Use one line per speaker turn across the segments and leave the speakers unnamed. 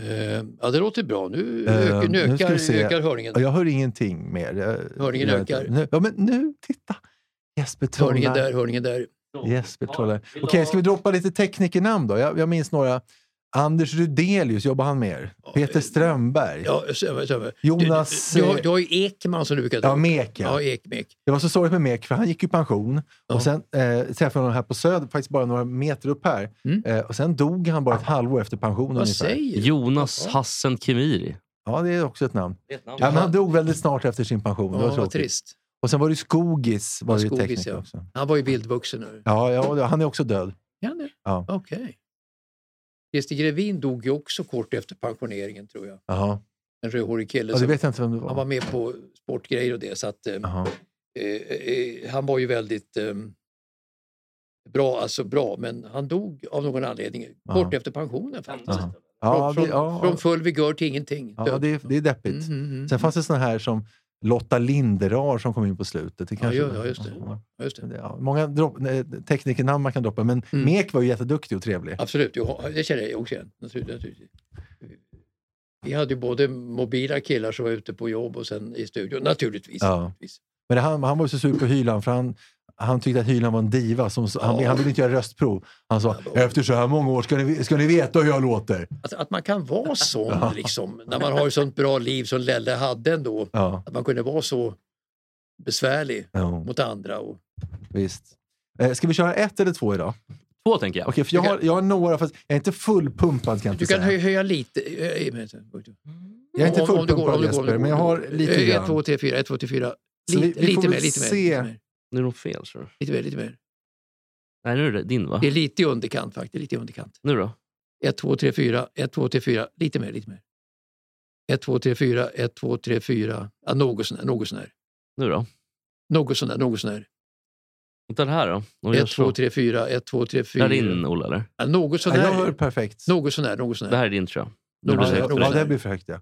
Eh, ja, det låter bra. Nu,
Eh,
ökar, nu
nu ska vi
ökar,
se.
ökar hörningen.
Ja, jag hör ingenting mer. Jag,
Hörningen
jag,
ökar.
Nu, ja, men nu, titta! Jesper
Hörningen
trollar.
där, hörningen där.
Jesper trollar. Okej, ska vi droppa lite teknikernamn då? Jag, jag minns några. Anders Rudelius, jobbar han med er? Peter Strömberg?
eh, Ja, stämmer, stämmer.
Jonas,
Du, du, du, har,
eh,
du har ju Ekman som du brukar
Ja,
upp.
Mek, ja.
Ja, Ekmek.
Det var så sorgligt med Mek, för han gick i pension.
Ja.
Och sen eh, träffade jag honom här på Söder, faktiskt bara några meter upp här.
Mm. Ah.
Eh, och sen dog han bara ett halvår efter pensionen.
Vad
ungefär.
säger du?
Jonas Hassen Kemiri.
Ja, det är också ett namn.
Ja,
Ja, men han dog väldigt snart efter sin pension. det
Ja,
var
vad
tråkigt.
trist.
Och sen var det Skogis, var
Ja,
det ju
Skogis,
tekniker
ja.
också.
Han var ju bildvuxen. nu.
Ja, ja, och han är också död.
Ja, nu.
Ja.
Okej. Christer Grevin dog ju också kort efter pensioneringen, tror jag.
Jaha.
En rödhårig kille.
Ja, det
som-
vet jag inte vem det var.
Han var med på sportgrejer och det. Så att, eh,
Jaha.
eh, eh, han var ju väldigt eh, bra, alltså bra, men han dog av någon anledning kort
Aha.
efter pensionen. faktiskt.
Aha.
Från,
Ja, det,
från, från
ja,
full vigör till ingenting.
ja, det, är- det är deppigt.
Mm, mm, mm.
Sen fanns det såna här som Lotta Linderar som kom in på slutet. Det kanske
ja, ja, just det. Ja, just det.
Ja, många dropp, nej, teknikernamn man kan droppa, men
Mm.
Mek var ju jätteduktig och trevlig.
Absolut, jag, det känner jag också igen. natur- Naturligtvis. Vi hade ju både mobila killar som var ute på jobb och sen i studion, naturligtvis.
Ja.
naturligtvis.
Men han, han var ju så sur på Hyland, för han, han tyckte att Hyland var en diva. Som, han,
Ja.
han ville inte göra röstprov. Han sa,
Ja, då-
efter så här många år ska ni, ska ni veta hur jag låter.
Att, Alltså, att man kan vara sån,
Ja.
liksom, när man har ett sånt bra liv som Lelle hade ändå.
Ja,
Att man kunde vara så besvärlig
ja
mot andra. Och,
visst. Eh, ska vi köra ett eller två idag?
Två tänker jag.
Okej, för jag
Du
har, jag har några, fast jag är inte fullpumpad kan jag
du
inte
kan
säga.
höja, höja lite. eh, eh, men-
Jag är inte
om- om det går, om
fullpumpad
det går, om det
Jesper, men jag
går.
har lite
Eh,
grann.
Ett, två, tre, fyra, ett, två, tre, fyra.
Så vi-
Lite,
vi får
lite,
väl
mer, Mm. lite, mer,
se.
lite mer,
Nu är det nog fel. Tror jag.
lite mer. Lite mer.
Nej, nu är det din va?
Det är lite i underkant faktiskt. Lite i underkant.
Nu då?
1, 2, 3, 4, 1, 2, 3, 4, lite mer, lite mer. 1, 2, 3, 4, 1, 2, 3, 4, ja, något sånär, något sånär.
Nu då?
Något sånär, något sånär.
Vänta det här då? Om vi gör
1,
så.
2, 3, 4, 1, 2, 3,
Det
4.
här är din Ola eller?
Ja, något
Ja, jag hör
sånär,
perfekt.
något sånär, något
Det
sånär.
här är din tror jag.
Nu
blir
ja,
det
ja,
säkert
ja,
bättre.
det blir för högt. Ja.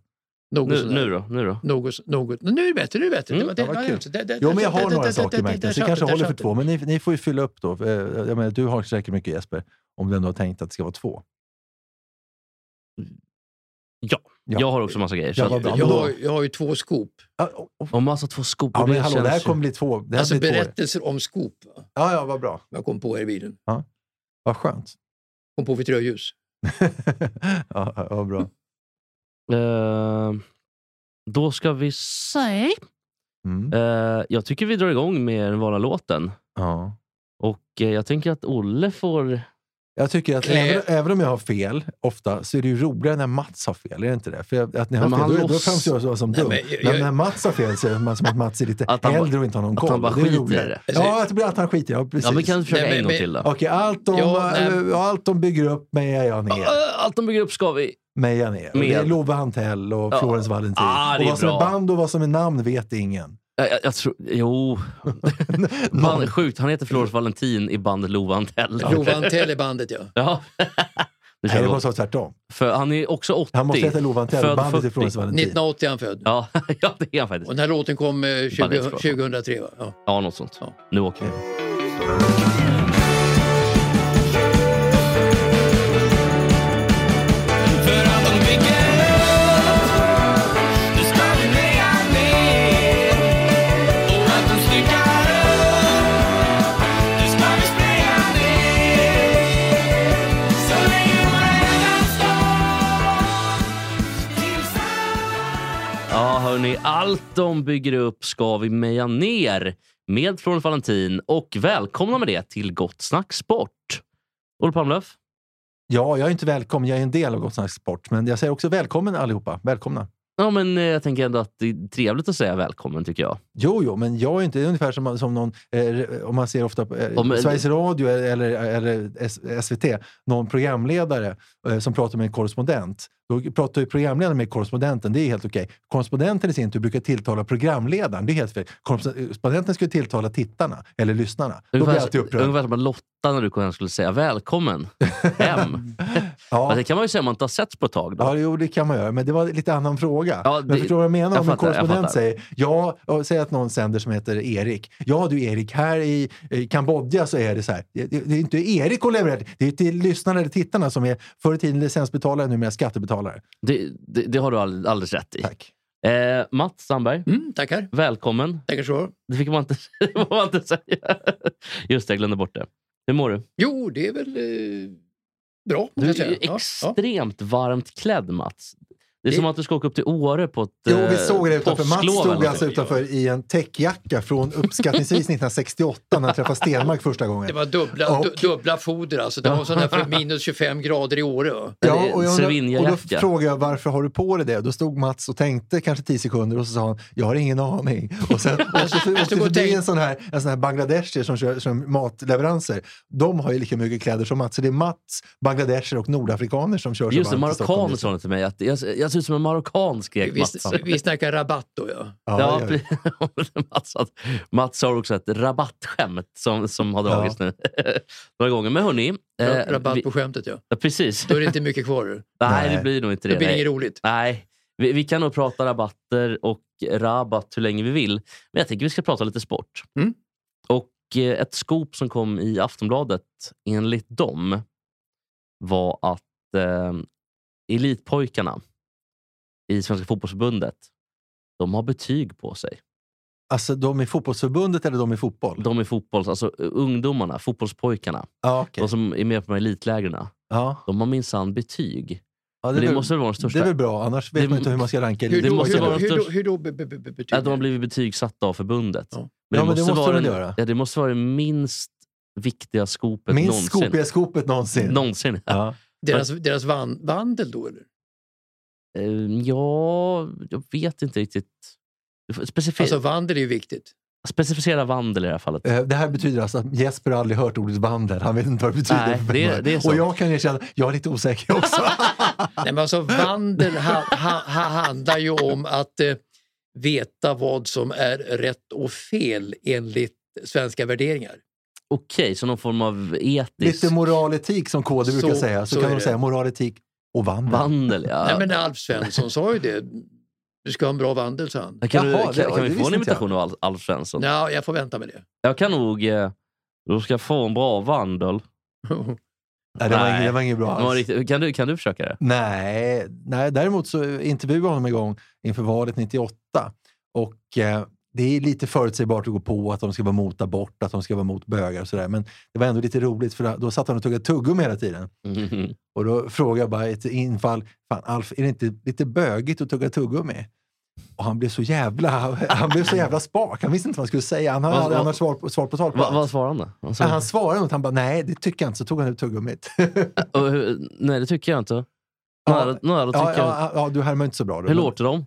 Något
Nu, nu
sånär.
då? Nu då?
Något, något. Nu är det bättre, nu är det bättre.
Mm,
det,
ja, vad
ja,
kul.
just det, det,
Jo, men jag
det,
har
det,
några
det,
saker
det,
märkte
det,
jag, så det
där
kanske
satt det,
håller
där
för
satt
två. Men ni, ni får ju fylla upp då. Eh, Jag menar, du har säkert mycket Jesper, om du ändå har tänkt att det ska vara två.
Ja.
Ja.
jag har också massa grejer. Så
Ja,
att-
vad bra.
det. Jag har, jag har ju två skop.
Ja, och- och-
Om alltså två skopor,
Ja, men
det
hallå, det här
känns ju-
kommer bli två. Det här
Alltså
blir två.
berättelser om skop. va,
Ja, ja, vad bra.
Jag kom på här i bilen.
Vad skönt.
Kom på vid rödljus.
ja, ja, vad bra.
Eh, Då ska vi se.
Mm.
Eh, jag tycker vi drar igång med den vanliga låten.
Ja.
Och eh, jag tänker att Olle får...
Jag tycker att
Eh.
Nej.
även, även om jag har fel ofta så är det ju roligare när Mats har fel. Är det inte det? För jag- att ni har
Men han
fel, då, då
låts-
framstår jag som- som
Nej,
dum.
men
Men,
jag- jag-
när Mats har fel så är det som att Mats är lite
Att han bara-
äldre och inte har någon
att
koll.
han bara
Det är
skiter i
roligare.
det.
Ja, att, att han skiter Ja, precis.
Ja, men kan du försöka
Nej, men-
en gång
men-
till då?
Okej, allt de,
Ja, nej.
eh, allt de bygger upp mejar jag ner.
Ah, Allt de bygger upp ska vi.
Mejar ner. Och Det är
Med.
Love Antell och
Ja.
Florence Valentin.
Ah, det
och
är
vad som är
bra.
band och vad som är namn vet ingen.
Eh, Jag, jag tror... Jo. Man, sjukt, han heter Florence Valentin i bandet Love Antell.
Lova Antell i bandet, ja.
Ja. Nu
Nej,
kör
det
vi.
var så tvärtom.
För han är också 80.
Han måste heta Love Antell.
Född
Bandet är
40.
Florence Valentin.
1980 är han född.
Ja, ja, det är han faktiskt.
Och den här låten kom eh, 20,
Ballet, tror
2003 va? Ja.
Ja, något sånt.
Ja.
Nu åker vi.
För att de bygger upp, då ska vi meja ner. Och att de styckar upp, då ska vi spraya ner. Så länge våra står tillsammans.
Ja, hörni. Allt de bygger upp ska vi meja ner med Florence Valentin. Och välkomna med det till Gott Snack Sport. Olle Palmlöf,
Ja, jag är inte välkommen. Jag är en del av Gott Snack Sport. Men jag säger också välkommen allihopa. Välkomna.
Ja, men eh, jag tänker ändå att det är trevligt att säga välkommen, tycker jag.
Jo, jo, men jag är inte det är ungefär som, som någon, eh, om man ser ofta på eh,
Om-
Sveriges Radio eller, eller S- SVT, någon programledare eh, som pratar med en korrespondent. Då pratar ju programledaren med korrespondenten, det är helt okej. Korrespondenten i sin tur brukar tilltala programledaren, det är helt fel. Korrespondenten ska ju tilltala tittarna, eller lyssnarna. Då blir jag alltid upprörd.
ungefär som att Lotta när du kom hem skulle säga välkommen hem.
Ja.
Fast Alltså, det kan man ju säga om man inte har sett på ett tag. Då.
Ja, jo, det kan man göra. Men det var en lite annan fråga.
Ja,
men
det-
förstår du vad jag menar?
jag
Om en
fattar, jag
korrespondent
fattar.
säger ja, och säger att någon sänder som heter Erik. Ja du Erik, här i eh, Kambodja så är det så här. Det, det det är inte Erik och levererar, det är till lyssnarna eller tittarna som är förr i tiden licensbetalare, numera skattebetalare.
Det, det, det har du all- alldeles rätt i.
Tack.
Eh, Mats Sandberg,
Mm, tackar.
välkommen.
Tackar så.
Det fick man inte, det får man inte säga. Just det, jag glömde bort det. Hur mår du?
Jo, det är väl eh, bra.
Du
kan jag
är
säga.
ju
Ja,
extremt varmt klädd, Mats. Det är
Det-
som att du ska åka upp till Åre på ett
Jo, vi
eh,
såg det utanför. Mats
påsklov
stod
eller
alltså
någonting.
utanför i en täckjacka från uppskattningsvis 1968 när han träffade Stenmark första
Det
gången.
var dubbla,
Och-
du, dubbla foder alltså. Det var sån här för minus 25 grader i Åre. va?
det är
och, jag undrar,
en
och då
Cervinia-jacka.
frågade jag varför har du på dig det? Då stod Mats och tänkte kanske 10 sekunder och så sa han, jag har ingen aning. Och sen och så, och
jag
så,
stod och
det är en
tänkte-
sån här, en sån här bangladeshier som kör som matleveranser. De har ju lika mycket kläder som Mats. Så det är Mats, bangladeshier och nordafrikaner som kör
Just det,
så varmt i Stockholm
marockaner
just
sa
nu.
han till mig. Att jag, jag ser ut som en marockan, skrek
Vi,
Mats. Sandberg.
vi snackar rabatt då ja.
Ja,
Ja, ja,
precis. Mats, har- Mats har också ett rabattskämt som, som har dragits nu några gånger. Men hörni,
Ra-
eh,
rabatt
vi-
på skämtet ja.
ja, precis.
Då är det inte mycket kvar.
Nej, det
Nej.
blir nog inte det.
Det blir
nej.
inget roligt.
Nej, vi, vi kan nog prata rabatter och rabatt hur länge vi vill. Men jag tänker vi ska prata lite sport.
Mm.
Och eh, ett scoop som kom i Aftonbladet, enligt dem, var att eh, elitpojkarna i Svenska fotbollsförbundet, de har betyg på sig.
alltså de i fotbollsförbundet eller de i fotboll?
De är fotbolls, alltså eh, ungdomarna, fotbollspojkarna,
ja, okej.
de som är med på de här elitlägren,
ja.
de har minsann betyg.
Ja,
Det,
är väl-
måste väl vara den
det är
största...
väl bra, annars
Det-
vet man inte hur man ska ranka
Hur
det
då,
måste
hur,
vara
då,
den
hur, då,
största-
hur då be- be- be- betyder
Att de har blivit betygsatta av förbundet.
typ. Ja.
Ja, men det måste
vara
de
den-
göra.
Ja, det måste vara det minst viktiga skopet
Minst
någonsin.
skopiga skopet någonsin.
någonsin. Ja.
Ja.
Deras, deras van, vandel då eller?
Ehm, ja, jag vet inte riktigt. Du får Specifi-
Alltså vandel är ju viktigt.
specificera vandel i det här fallet.
Eh, Det här betyder alltså att Jesper har aldrig hört ordet vandel. Han vet inte vad det betyder.
Nej,
för
det-
mig.
det är så.
och jag kan erkänna, jag är lite osäker också.
Nej, men alltså, vandel ha, ha, ha, handlar ju om att eh, veta vad som är rätt och fel enligt svenska värderingar.
Okej, så någon form av etisk
lite moraletik som KD brukar
Så-
säga. Så,
så
kan
är
de
det.
säga moraletik och vandel.
vandel. Ja.
Nej, men Alf Svensson sa ju det. Du ska ha en bra vandel, sa han.
Kan,
Jaha,
du,
det-
kan, kan
det
vi få
visste
en
inte
imitation av Al- Alf Svensson?
Ja, jag får vänta med det.
Jag kan nog... Eh, du ska få en bra vandel.
Nej, det, var
Nej.
inget, det var inget bra
Det var
alls.
riktigt- Kan, du, kan du försöka det?
Nej, nej, däremot så intervjuade jag honom en gång inför valet 98. Och eh, det är lite förutsägbart att gå på att de ska vara mot abort, att de ska vara mot bögar och sådär. Men det var ändå lite roligt för då- då satt han och tuggade tuggummi hela tiden.
Mm.
Mhm.
Och då frågade jag bara i ett infall, fan Alf, är det inte lite bögigt att tugga tuggummi? Och han blev så jävla, han blev så jävla spak. Han visste inte vad han skulle säga. Han
Vad-
hade
vad-
annars svar på, svar på tal på
Va, vad
allt.
svarade han då? Han sa-
Ja, Han svarade något. Han bara, nej det tycker jag inte. Så tog han ut tuggummit.
Och hur- nej, det tycker jag inte.
Ja.
Nära, nära tycker
Ja,
jag inte.
ja, ja, du härmar inte så bra. Då.
Hur låter de?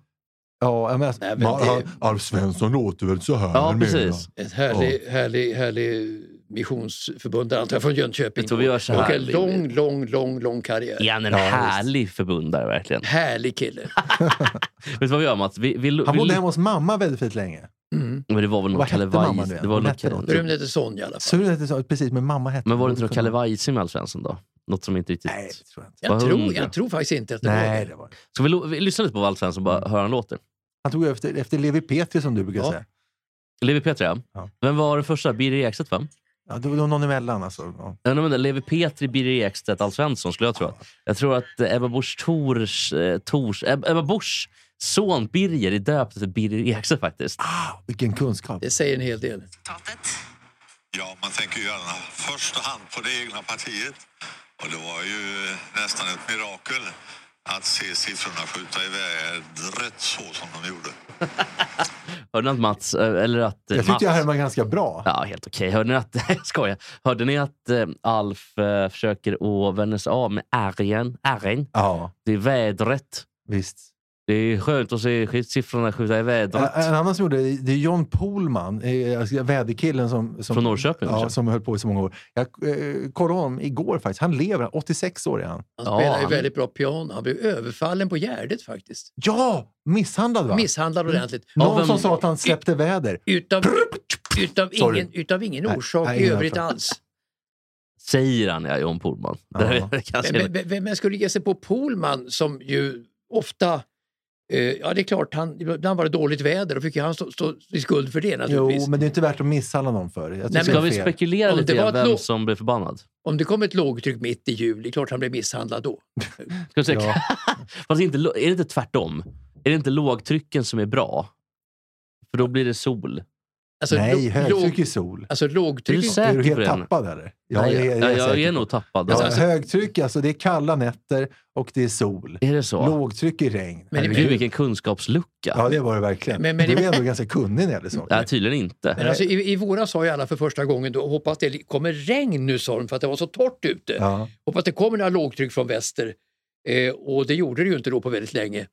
Ja, jag menar,
Nej, men
man,
det-
han, Alf Svensson låter väl så här?
Ja,
menar
precis.
jag.
En härlig, härlig, härlig missionsförbund, antar jag, från Jönköping.
Jag tror vi gör så här.
Och en
Vi-
lång, lång, lång, lång karriär.
Är han en
Ja, visst.
härlig förbundare verkligen?
Härlig kille.
Vet du vad vi gör Mats? Vi, vi,
Han
vi,
bodde hemma hos mamma väldigt fint länge.
Mm.
Men det var väl någon
Vad
Kalle
hette mamma
Weiss-
nu igen?
det var
Hon
någon
hette
Kalle-
något.
Brun heter Sonja i alla fall.
Sur att det sa- precis, men mamma hette
Men var det inte någon Kalle
Kunde-
Weissing med Alf Svensson då? Något som inte riktigt...
Nej, det tror jag inte.
Jag
Vad
tror,
hundra.
jag tror faktiskt inte att det
Nej,
var
det var det.
Ska vi, lo- vi lyssna lite på vad Alf Svensson bara hör han låter?
Han tog efter, efter Levi Petri som du brukar
Ja.
säga.
Levi Petri, ja.
Ja.
Vem var den första? Birger Ekstedt, va?
Ja, det var någon emellan alltså. Ja.
Jag undrar om det är Levi Petri, Birger Ekstedt, Alf Svensson skulle jag tro. Jag tror att eh, Ebba Busch Thors... eh, Thors Eb- Ebba Buschs son Birger är döpt efter Birger Ekstedt faktiskt.
Ah, vilken kunskap.
det. säger en hel del.
Ja, man tänker ju gärna först och hand på det egna partiet. Och det var ju eh, nästan ett mirakel att se siffrorna skjuta iväg rätt så som de gjorde.
Hörde ni att Mats... eh, Eller att... eh,
Jag tyckte jag
Mats-
härmade ganska bra.
Ja, helt okej. Hörde ni att... Jag skojar. Hörde ni att eh, Alf eh, försöker att vänja sig av med ärgen? Ärgen?
Ja,
Det är vädret.
visst.
Det Det är skönt att se skit- siffrorna skjuta i vädret.
En annan som gjorde det, det är John Polman, eh, alltså väderkillen som, som,
Från Norrköping,
ja,
kanske?
som höll på i så många år. Jag eh, kollade honom igår faktiskt. Han lever, 86 år är han.
Han
Ja,
spelar ju
han-
väldigt bra piano. Han blev överfallen på Gärdet faktiskt.
Ja! Misshandlad va? Mm.
Misshandlad ordentligt.
Någon
Ja, vem-
som sa att han släppte väder.
Utav, utav,
Sorry.
ingen, utav ingen
Nej,
orsak
nej,
i
ingen
övrigt
orsak.
alls.
Säger han, ja, John Polman.
Ja.
Det, det kanske är-
Men, men, men- men skulle ge sig på Polman som ju ofta... Eh, ja, det är klart, han, ibland var det dåligt väder. Då fick ju han stå, stå i skuld för det naturligtvis.
Jo, men det är inte värt att misshandla någon för. Jag
Nej,
tycker
men-
Ska
det
vi
är fel.
spekulera
Om det
lite
var
grann
ett
vem
lån-
som blev förbannad?
Om det kom ett lågtryck mitt i juli, det är klart han blev misshandlad då.
Ska vi säga,
Ja.
fast inte, lo- är det inte tvärtom? Är det inte lågtrycken som är bra? För då blir det sol.
Alltså,
Nej,
lo- låg,
högtryck i sol.
alltså
Är du
lågtryck...
Är
säker
du
på
helt
det? Henrik?
tappad eller?
Nej, jag, jag,
säker
jag är
på det.
nog tappad.
Ja,
Alltså.
Alltså-
högtryck, alltså det är kalla nätter och det är sol.
Är det så?
Lågtryck i regn.
Men det-
Gud, vilken kunskapslucka.
Ja, det var det verkligen.
Men- typ. men-
du är ändå ganska kunnig när det gäller saker.
Nej, tydligen inte.
Men alltså, i, I våras sa ju alla för första gången då, hoppas det kommer regn nu sa de för att det var så torrt ute.
Ja.
Hoppas det kommer några lågtryck från väster. Eh, och det gjorde det ju inte då på väldigt länge.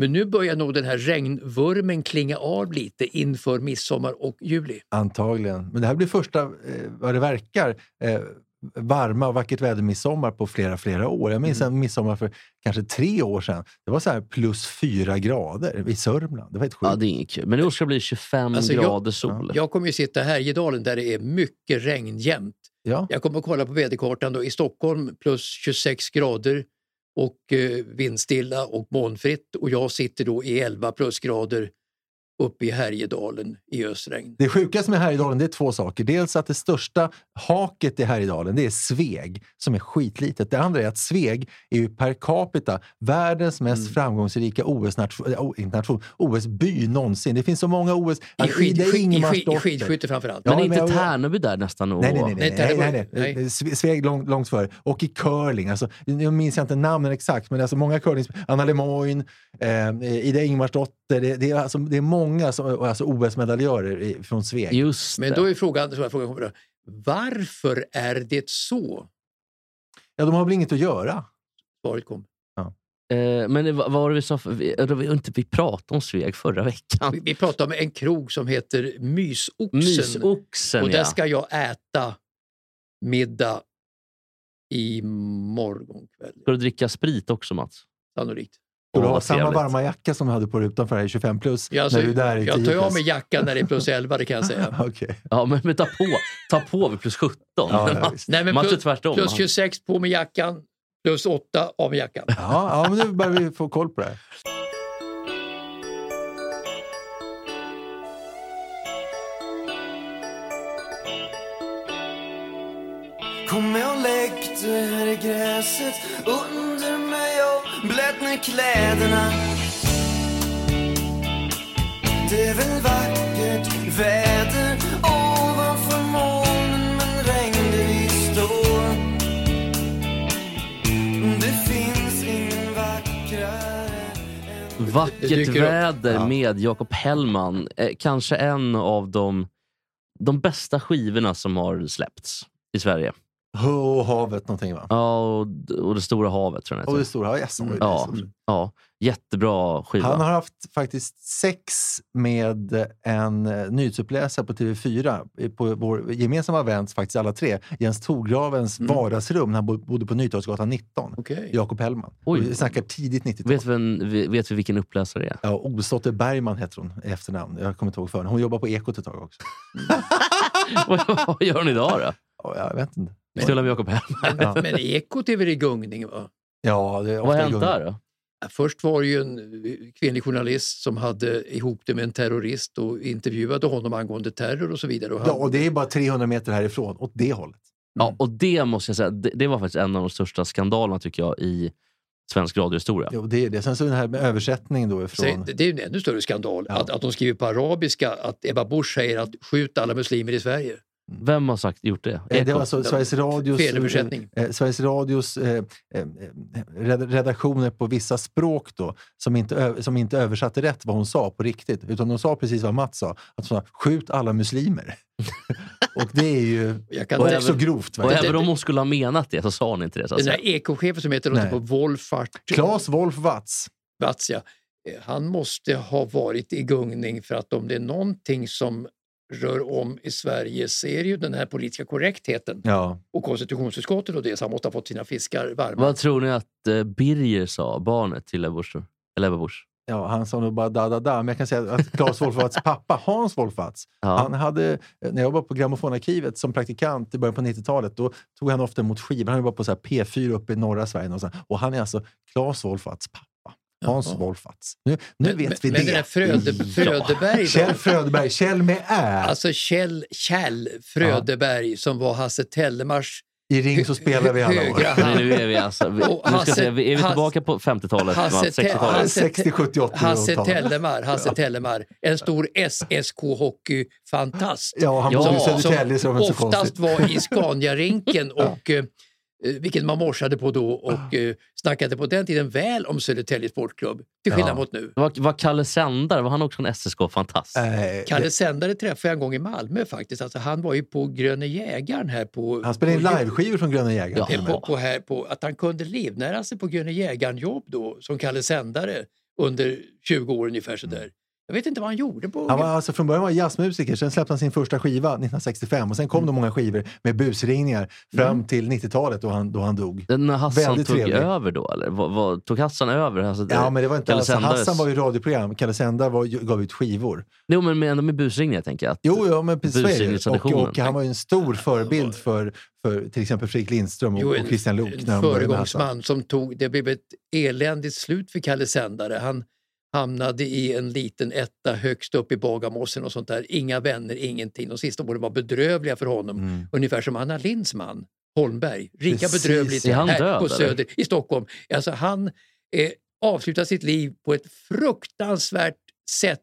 Men nu börjar nog den här regnvurmen klinga av lite inför midsommar och juli.
Antagligen. Men det här blir första, eh, vad det verkar, eh, varma och vackert väder midsommar på flera, flera år. Jag
Mm.
minns en midsommar för kanske tre år sedan. Det var så här plus fyra grader i Sörmland. Det var helt sjukt.
Ja, det är inget kul. Men i år ska det bli 25
Alltså, jag-
grader sol.
Jag kommer ju sitta här i Härjedalen där det är mycket regn jämt.
Ja.
Jag kommer att kolla på väderkartan då i Stockholm plus 26 grader och eh, vindstilla och molnfritt och jag sitter då i 11 plusgrader uppe i Härjedalen i ösregn.
Det sjukaste med Härjedalen det är två saker. Dels att det största haket i Härjedalen det är Sveg, som är skitlitet. Det andra är att Sveg är ju per capita världens mest
Mm.
framgångsrika OS-nation, äh, inte nation, OS-by någonsin. Det finns så många OS...
I, skid,
det är
i, skid, i
Ingemarsdotter.
skidskytte framförallt.
Ja,
men är
men
inte
jag-
Tärnaby där nästan? Och...
Nej, nej, nej.
Nej,
nej, nej,
Tärnaby.
nej, nej.
Nej.
Sve- Sveg långt, långt före. Och i curling. Alltså, jag minns jag inte namnen exakt, men alltså många curling... Anna Lemoyne, eh, Ida Ingemarsdotter. Det, det, är alltså, det är många som, alltså OS-medaljörer i- från Sveg.
Just
Men
det.
då är frågan, så här, frågan kommer då, varför är det så?
Ja, de har väl inget att göra?
Svaret kom.
Eh, men det- vad vad var det vi sa? För... Vi, eller vi, inte, vi pratade om Sveg förra
Vi,
veckan.
vi pratar om en krog som heter Mysoxen.
Mysoxen,
och där
ja.
ska jag äta middag i morgon kväll,
Ska du dricka sprit också, Mats?
sannolikt.
Och du
Åh,
har
vad
samma
trevligt.
varma jacka som du hade på dig utanför här i 25 plus
Ja, alltså,
när du är där i 10
Jag tar ju av mig
plus.
jackan när det är plus 11, det kan jag säga.
Okej.
Ja, men, men ta, på, ta på vid plus 17.
Ja, ja, visst.
Nej, men
Mats är
plus,
tvärtom.
plus
Han-
26 på med jackan, plus 8 av med jackan.
ja, ja, men nu börjar vi få koll på det här.
Kom och lägg dig här i gräset under mig och blöt ner kläderna Det är väl vackert väder ovanför molnen men regn det visst då Det finns ingen vackrare än
Det
Vackert
dyker upp.
väder
Ja.
med Jakob Hellman. Eh, kanske en av de, de bästa skivorna som har släppts i Sverige.
Hö och havet någonting va?
Ja, och, och Det stora havet tror jag den
Och det
heter.
stora havet. Yes,
Ja, ja, jättebra skiva.
Han har haft faktiskt sex med en eh, nyhetsuppläsare på TV4 eh, på vår gemensamma väns, faktiskt alla tre, Jens Torgravens
Mm.
vardagsrum när han bo- bodde på Nytorgsgatan 19.
Okej.
Jakob Hellman.
Oj.
Vi snackar tidigt 90-tal.
Vet, vem, vi- vet vi vilken uppläsare det är?
Ja, Osdotter Bergman heter hon i efternamn. Jag kommer inte ihåg förnamn. Hon jobbar på Ekot ett tag också.
Vad- Vad gör hon idag då?
Ja, jag vet inte.
Knulla med Jakob Hellman.
Ja.
Men ekot är väl i gungning? Va?
Ja, det är
Vad har
ofta
hänt
gungor.
där då?
Ja, Först var det ju en eh, kvinnlig journalist som hade ihop det med en terrorist och intervjuade honom angående terror och så vidare. Och han,
Ja, och det är bara 300 meter härifrån, åt det hållet.
Ja, och det måste jag säga, det, det var faktiskt en av de största skandalerna tycker jag i svensk radiohistoria.
Jo, det är det. Sen så den här med översättningen då
Säg-
ifrån... Eh,
det- det är ju en ännu större skandal
Ja.
att, att de skriver på arabiska att Ebba Busch säger att skjut alla muslimer i Sverige.
Vem har sagt, gjort det?
Eh, Det
Ekot?
var alltså Sveriges Radios,
Felöversättning.
eh, eh, Sveriges Radios eh, eh, red- redaktioner på vissa språk då, som inte, ö- som inte översatte rätt vad hon sa på riktigt. Utan de sa precis vad Mats sa. Att hon sa skjut alla muslimer. och det är alltså. ju
Jag kan
och
inte-
också grovt.
Och
verkligen.
även om hon skulle ha menat det så sa hon inte det. Så att
Den
säga.
här ekochefen som heter något
Nej.
på Wolfart
Claes Wolf Watz.
Batzia, Eh, Han måste ha varit i gungning för att om det är någonting som rör om i Sverige så är det ju den här politiska korrektheten
Ja.
och konstitutionsutskottet och det, så han måste ha fått sina fiskar varma.
Vad tror ni att eh, Birger sa, barnet till Ebba Busch? då? Eller Ebba Busch?
ja, han sa nog bara da, da, da. Men jag kan säga att Claes Wolfatz pappa, Hans Wolfatz,
Ja.
Han hade, eh, när jag var på Grammofonarkivet som praktikant i början på 90-talet, då tog han ofta emot skivor. Han var på så här P4 uppe i norra Sverige. någonstans. Och han är alltså Claes Wolfatz pappa. Hans
Jaha.
Wolfatz. Nu, nu
men,
vet vi
men
det. Mm.
den där Fröde,
Ja.
Frödeberg, då,
Kjell Fröderberg, Kjell med Ä.
alltså Kjell, Kjell Frödeberg som var Hasse Tellemars
I Ring så spelar vi alla år.
högra
Nej,
hand.
nu är vi alltså... Vi,
Och
nu ska jag
Hasse-
säga, vi- är vi
Hasse-
tillbaka på 50-talet? va?
Hasse Te-
60-talet?
Hasse-
60, 70, 80
Hasse
åttalet.
Tellemar, Hasse Tellemar, en stor SSK-hockeyfantast.
Ja, han
Ja,
bodde i
som
Södertälje så det var inte så
oftast
konstigt.
var i Scaniarinken, och, eh, eh, vilket man morsade på då och eh, snackade på den tiden väl om Södertälje Sportklubb, till skillnad
Ja.
mot nu.
Var, var Kalle Sändare, var han också en SSK-fantast?
Nej,
Kalle
det-
Sändare träffade jag en gång i Malmö faktiskt. Alltså, han var ju på Gröne jägaren här på...
Han spelade in
på-
liveskivor från Gröna jägaren
Ja.
till och med.
på, på, här, på att han kunde livnära sig på Gröne jägaren-jobb då som Kalle Sändare under 20 år ungefär sådär. Jag vet inte vad han gjorde på...
Han var alltså från början var han jazzmusiker, sen släppte han sin första skiva 1965 och sen kom det många skivor med busringningar fram till 90-talet då han, då han dog.
När Hassan tog
Väldigt trevlig.
över då? Eller? Vad- vad- tog Hassan över? Alltså,
Ja, men det var inte
Kalle
alltså,
Sändares-
Hassan var ju radioprogram, Kalle Sändare var, ju- gav ut skivor.
Jo, men med, ändå med busringning, jag tänker att
Jo, ja, men precis. så är det.
Busringningstraditionen.
Och, och han var ju en stor förebild för, för till exempel Fredrik Lindström och,
Jo, en-
och Christian Luuk. när
en
de började med Hassan.
föregångsman som tog... Det blev ett eländigt slut för Kalle Sändare. Han hamnade i en liten etta högst upp i Bagarmossen och sånt där. Inga vänner, ingenting. De sista åren var bedrövliga för honom.
Mm.
Ungefär som Anna Lindhs man, Holmberg. Rika
Precis.
bedrövligt
Är han
här
död,
på
eller?
Söder i Stockholm. Alltså, han eh, avslutar sitt liv på ett fruktansvärt sätt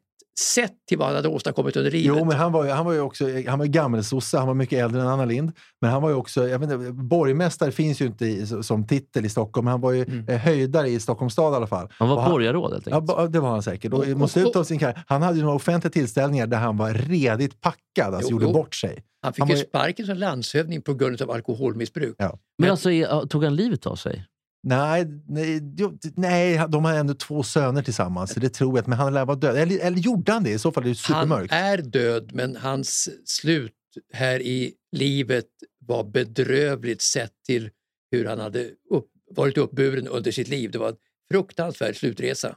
sett till vad han hade åstadkommit under livet.
Jo, men han var ju, han var ju också han var ju gammelsosse, han var mycket äldre än Anna Lind. Men han var ju också, jag vet inte, borgmästare finns ju inte i, som titel i Stockholm, men han var ju
Mm.
eh, höjdare i Stockholms stad i alla fall.
han
Och
var
han-
borgarråd helt
Ja,
enkelt.
ba- det var han säkert. Och,
Och- och-
mot slutet av sin karriär, han hade ju några offentliga tillställningar där han var redigt packad, alltså
Jo,
gjorde
jo.
bort sig.
han fick
han
ju
var ju-
sparken som landshövding på grund av alkoholmissbruk.
men alltså, är- tog han livet av sig?
Nej, nej, jo, nej, de har ändå två söner tillsammans, så det tror jag. att- Men han lär vara död. Eller, eller gjorde han det? I så fall är det
Han
supermörkt.
är död, men hans slut här i livet var bedrövligt sett till hur han hade upp, varit uppburen under sitt liv. Det var en fruktansvärd slutresa.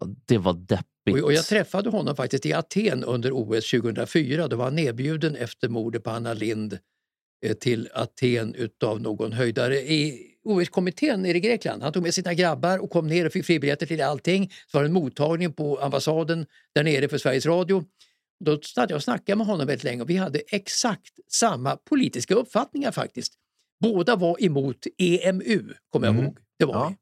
Ja, Det var deppigt.
Och, och jag träffade honom faktiskt i Aten under OS 2004. Då var han nedbjuden efter mordet på Anna Lind eh, till Aten utav någon höjdare i OS-kommittén nere i Grekland. Han tog med sina grabbar och kom ner och fick fribiljetter till allting. Så var det en mottagning på ambassaden där nere för Sveriges Radio. Då satt jag och snackade med honom väldigt länge och vi hade exakt samma politiska uppfattningar faktiskt. Båda var emot EMU, kommer jag
Mm.
ihåg. Det var
Ja.
vi.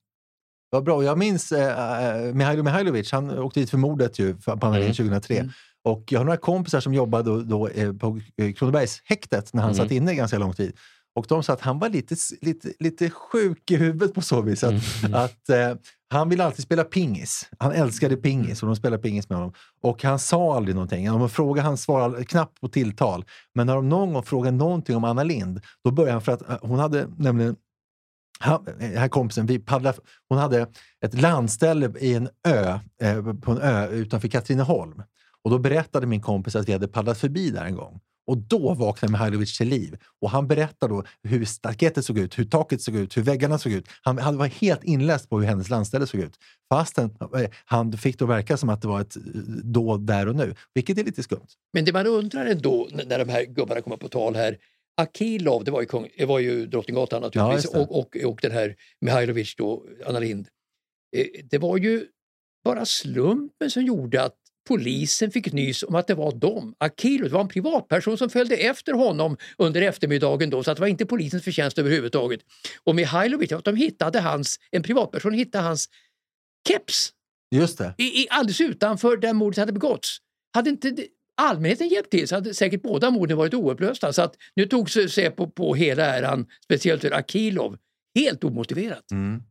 Vad bra. Jag minns eh, eh, Mihailo Mihailovic, han åkte dit för mordet ju, för- på Anna Lindh 2003.
Mm.
Och jag har några kompisar som jobbade då, då, eh, på eh, Kronobergshäktet när han
Mm.
satt inne ganska lång tid. Och de sa att han var lite, s- lite, lite sjuk i huvudet på så vis. Att,
Mm.
att, eh, han ville alltid spela pingis. Han älskade pingis och de spelade pingis med honom. Och han sa aldrig någonting. Om de frågade, han svarade knappt på tilltal. Men när de någon gång frågade någonting om Anna Lind då började han för att eh, hon hade nämligen han, eh, här kompisen, vi paddlade, hon hade ett landställe i en ö, eh, på en ö utanför Katrineholm. Och då berättade min kompis att vi hade paddlat förbi där en gång. Och då vaknade Mihailovic till liv. Och han berättar då hur staketet såg ut, hur taket såg ut, hur väggarna såg ut. Han, han var helt inläst på hur hennes landställe såg ut. Fastän eh, han fick då verka som att det var ett eh, då, där och nu. Vilket är lite skumt.
Men det man undrar ändå n- när de här gubbarna kommer på tal här. Akilov, det var ju, kung, det var ju Drottninggatan
Ja,
naturligtvis
just det.
och, och, och den här Mihailovic då, Anna Lind. Det var ju bara slumpen som gjorde att polisen fick nys om att det var dem. Akilov, det var en privatperson som följde efter honom under eftermiddagen då så att det var inte polisens förtjänst överhuvudtaget. Och Mihailovic, att de hittade hans, en privatperson hittade hans keps
Just det.
i, i, alldeles utanför där mordet hade begåtts. Hade inte det- allmänheten hjälpt till så hade säkert båda morden varit oupplösta. Så att nu eh, tog sig Säpo på hela äran, speciellt för Akilov, helt omotiverat.
Han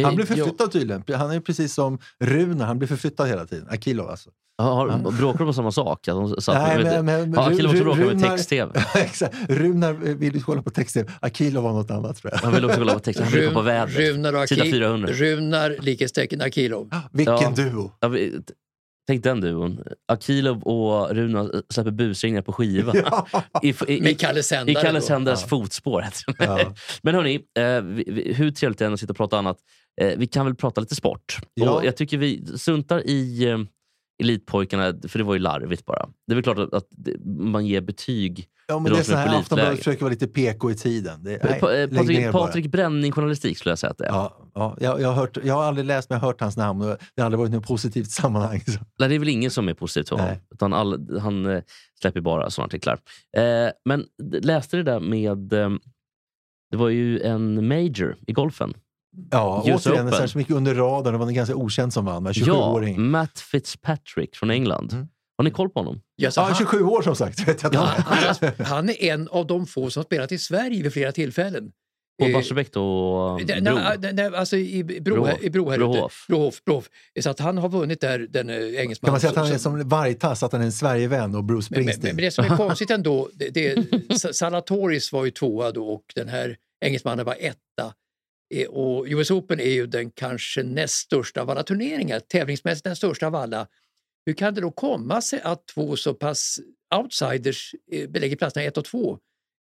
Mm,
blev förflyttad tydligen. Han är precis som Rune, han blir förflyttad hela tiden. Akilov alltså.
Ja, har, bråkar de om samma sak? Att de satt,
Nej,
jag
men-
vet,
men-
ja,
Ru-
killen också
Ru-
bråkar med
Runar-
text-tv.
Exakt. Runar vill ju kolla på text-tv. Akilov var något annat tror jag.
Han vill också kolla på text. Han vill kolla på vädret.
Runar och
Sida
Aki-
400.
Runar, likhetstecken Akilov.
Vilken
Ja.
duo!
Ja, vi- t- Tänk den duon. Akilov och Runa släpper busringningar på skiva.
Ja.
I, f- i, i,
Med Kalle Sändare.
i Kalle
då.
Sändares
Ja.
fotspår. heter den.
Ja.
Men hörni, eh, vi, vi, hur trevligt det än är att sitta och prata annat. Eh, vi kan väl prata lite sport.
Ja.
Och jag tycker vi suntar i eh, Elitpojkarna, för det var ju larvigt bara. Det är väl klart att, att det- man ger betyg
Ja,
Det
men det är
låter
så här,
som ett
Aftonbladet
politläge.
försöker vara lite PK i tiden. Det, nej,
Pa- eh,
lägg ner
Patrik,
bara.
Patrik Bränning journalistik skulle jag säga att det är.
Ja, ja, jag, jag, har hört, jag har aldrig läst, men jag har hört hans namn. och Det har aldrig varit något positivt sammanhang. Så.
Nej, det är väl ingen som är positiv till honom.
Nej.
Utan all, han eh, släpper bara sådana artiklar. Eh, men d- läste du det där med... Eh, det var ju en major i golfen.
Ja,
US
återigen, en
Open. Mm.
sån som gick under radarn. Det var en ganska okänd som vann, va? 27-åring. Ja,
Matt Fitzpatrick från England.
Mm.
Har ni koll på honom?
Ja, så han,
27 år som sagt. Vet jag
Ja,
inte.
han, har- han är en av de få som har spelat i Sverige vid flera tillfällen.
På
Eh,
Barsebäck då?
det-
Bro.
nej, nej, nej, alltså i Bro,
Brohof.
i Bro här ute.
Brohof.
Brohof, Brohof. Så att han har vunnit där, den eh, engelsmannen.
Kan man säga att han är
som-
som vargtass, att han är en Sverigevän och Bruce
Men, men, men
Springsteen?
det som är konstigt ändå, det, det, Sa- Salatoris var ju tvåa då och den här engelsmannen var etta. Eh, Och US Open är ju den kanske näst största av alla turneringar, tävlingsmässigt den största av alla. Hur kan det då komma sig att två så pass outsiders eh, belägger platserna ett och två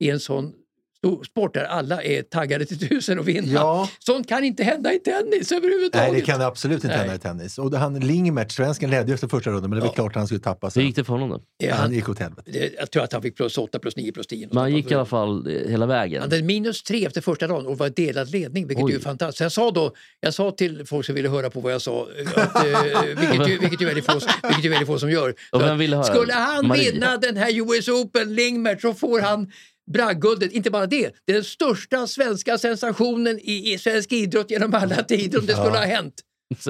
i en sån stor sport där alla är taggade till tusen och vinna?
Ja.
Sånt kan inte hända i tennis överhuvudtaget.
Nej, det kan det absolut inte
Nej.
hända i tennis. Och han, Lingmert, svensken, ledde ju efter första rundan, men det var
Ja.
klart han skulle tappa.
Hur
Sen.
gick det för honom då?
Eh,
Han
han,
gick åt helvete.
det- jag tror att han fick plus 8, plus 9, plus 10.
Men han gick i alla fall eh, hela vägen.
Han hade minus tre efter första dagen och var delad ledning, vilket
Oj.
ju är fantastiskt. Jag sa, då, jag sa till folk som ville höra på vad jag sa, att, eh, vilket, ju, vilket, ju väldigt få, vilket ju väldigt få som gör.
Och
Så
vem
att,
ville höra?
Skulle han
Maria.
vinna den här US Open, Lingmert, så får han Bragguldet, inte bara det, det är den största svenska sensationen i, i svensk idrott genom alla tider om det skulle ha hänt.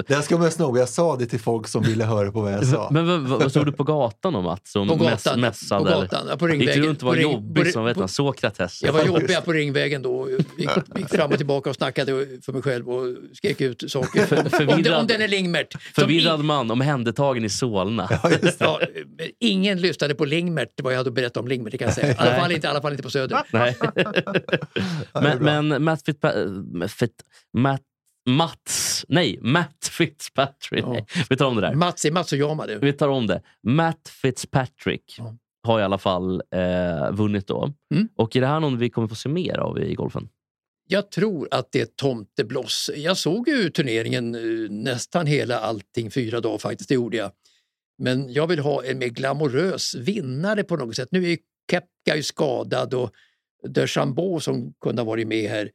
Det ska man sno. Jag sa det till folk som ville höra på vad jag sa.
Men vad, vad vad stod du på gatan då Mats? Som
På
mäss-
gatan,
mässade,
på
eller?
gatan, ja, på
Gick
Ringvägen.
du runt och var
På ring- på
jobbig
ring-
som vet
på-
han, Sokrates?
Jag var jobbig här på Ringvägen då. och Gick, gick fram och tillbaka och snackade för mig själv och skrek ut saker. om, det,
förvirrad-
om den är Lingmert. som
Förvirrad man, omhändertagen i Solna.
Ja, men eh, ingen lyssnade på Lingmert, vad jag hade berättat om Lingmert, det kan jag säga. I alla fall inte, i alla fall inte på Söder.
Nej.
det är
men
bra.
men Matt, Fitzpa- Fit, Matt, Mats, nej, Matt Fitzpatrick. Nej, vi tar om det där.
Mats är Mats och Jama du.
Vi tar om det. Matt Fitzpatrick
Ja.
har i alla fall eh, vunnit då.
Mm.
Och är det här någon vi kommer få se mer av i golfen?
Jag tror att det är tomtebloss. Jag såg ju turneringen eh, nästan hela allting, fyra dagar faktiskt, det gjorde jag. Men jag vill ha en mer glamorös vinnare på något sätt. Nu är ju Kepka ju skadad och Deschambault som kunde ha varit med här,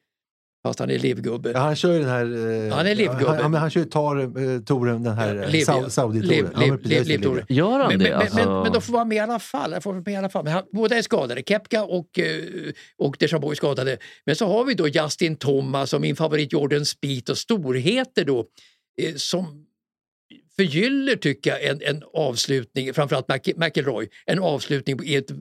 fast han är livgubbe.
Ja, han kör ju den här... eh,
Han är livgubbe.
Han, ja, men han kör ju tar, eh, touren, den här eh,
Liv, ja.
Sau- Saudi-touren.
Liv-
Ja, men
liv-
precis, just det,
liv-
Liv-
liv-
Gör han
Men,
det?
men,
alltså,
men, men de får vara med i alla fall. De Får vara med i alla fall. Men han, båda är skadade, Kepka och, eh, och Deschambault är skadade. Men så har vi då Justin Thomas och min favorit Jordan Spieth och storheter då eh, som förgyller tycker jag en, en avslutning, framförallt Mc- McIlroy, en avslutning i ett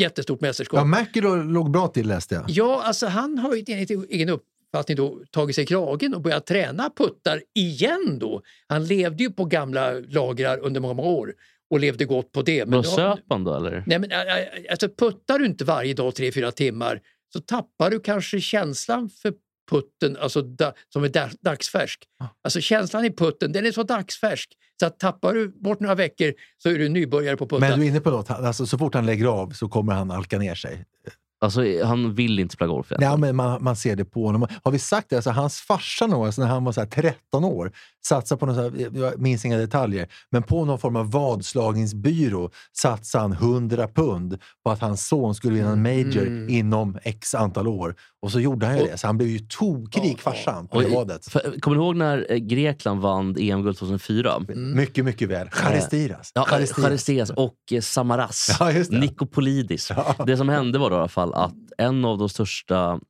jättestort mästerskap.
Ja, McIlroy låg bra till läste jag.
Ja, alltså han har ju enligt egen uppfattning då tagit sig i kragen och börjat träna puttar igen då. Han levde ju på gamla lagrar under många många år och levde gott på det.
Vad
då-
söp han då eller?
Nej, men, ä- ä- alltså, puttar du inte varje dag 3-4 timmar så tappar du kanske känslan för putten alltså, da, som är da, dagsfärsk. Alltså känslan i putten, den är så dagsfärsk så att tappar du bort några veckor så är du nybörjare på puttar.
Men du är inne på något. Han- Alltså, så fort han lägger av så kommer han alka ner sig.
Alltså, han vill inte spela golf
Nej,
egentligen.
men man, man ser det på honom. Har vi sagt det? Alltså, hans farsa, någon, alltså, när han var så här 13 år, satsade på någon, så här, jag minns inga detaljer, men på någon form av vadslagningsbyrå satsade han 100 pund på att hans son skulle vinna en major
Mm.
inom x antal år. Och så gjorde han ju
Och-
det, så han blev ju tokrik,
Ja, ja.
farsan, på
Och-
det vadet.
För, kommer du ihåg när eh, Grekland vann EM-guld 2004?
Mycket, mycket väl. Charistiras.
Mm. Ja,
Charistiras.
Charisteas och eh, Samaras.
Ja, just det.
Nikopolidis.
Ja.
Det som hände var då i alla fall att en av de största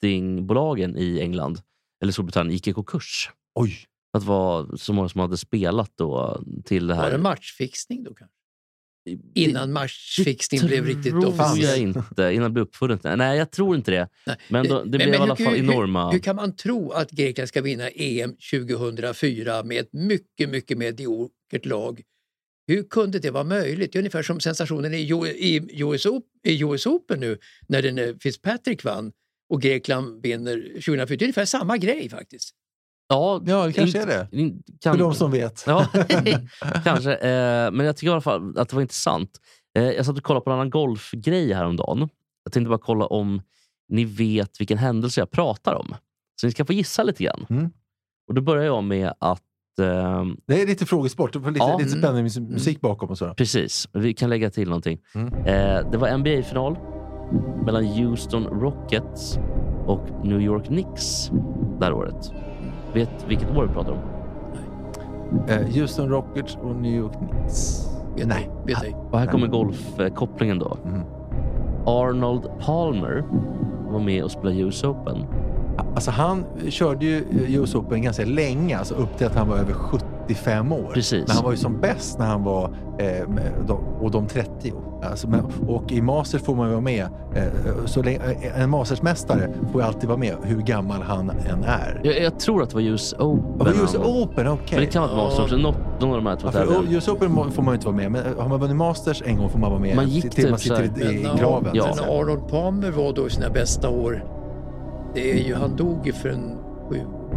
bettingbolagen i England, eller Storbritannien, gick i konkurs.
Oj.
Att det var så många som hade spelat då till det
Var det
här.
matchfixning då kanske? Innan matchfixningen
Det
blev riktigt
tror
officiell.
jag inte. Innan det blev uppfunnet. Nej, jag tror inte det.
Nej.
Men då, det blev i
hur-
alla fall
hur,
enorma...
Hur, hur kan man tro att Grekland ska vinna EM 2004 med ett mycket, mycket mediokert lag? Hur kunde det vara möjligt? Det är ungefär som sensationen i, Jo- i, US, Op- i US Open nu när den eh, Fitzpatrick vann och Grekland vinner 2004. Det är ungefär samma grej faktiskt.
ja,
Ja, det kanske
inte-
är det.
in- Kan,
För de som vet.
Ja, kanske. Eh, men jag tycker i alla fall att det var intressant. Eh, jag satt och kollade på en annan golfgrej häromdagen. Jag tänkte bara kolla om ni vet vilken händelse jag pratar om. Så ni ska få gissa lite grann.
Mm.
Och då börjar jag med att... ehm,
Det är lite frågesport. Det var lite,
Ja. Mm.
lite spännande mus- musik bakom och så.
Precis. Vi kan lägga till någonting.
Mm.
Eh, det var NBA-final mellan Houston Rockets och New York Knicks det här året. Vet vilket år vi pratar om?
Eh, Houston Rockets och New York Knicks.
Vet
Nej.
Ni, vet ni.
Och här kommer golfkopplingen då.
Mm.
Arnold Palmer var med och spelade US Open.
Alltså han körde ju eh, US Open ganska länge, alltså upp till att han var över 75 år.
Precis.
Men han var ju som bäst när han var eh, med de, och de 30. Alltså, men, och i Masters får man ju vara med. Eh, så länge, eh, en Mastersmästare får ju alltid vara med hur gammal han än är.
Jag, jag tror att det var US Open.
Ja, för US
han-
Open,
Men det
okej.
kan vara Masters också. Något- Någon av de här två
Ja, för
tävlingarna.
US Open må- får man ju inte vara med, men eh, har man vunnit Masters en gång får man vara med
Man gick
till- till
typ
man sitter
så
i,
Men,
i
ja,
graven. alltså.
ja.
så att
Men
säga.
Arnold Palmer var då i sina bästa år. Det är ju, han dog ju för en sju år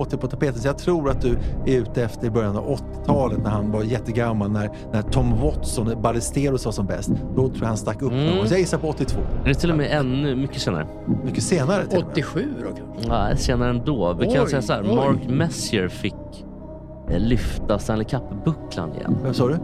åter på tapeten. Så jag tror att du är ute efter i början av 80-talet när han var jättegammal. När, när Tom Watson, Ballesteros var som bäst. Då tror jag han stack upp någon gång. Så jag gissar på 82.
Det är till och med ännu mycket senare.
Mycket senare till och med.
87 då kanske?
Ja, senare ändå. Vi kan
Oj,
säga så här.
oj.
Mark Messier fick eh, lyfta Stanley Cup-bucklan igen.
Vem sa du?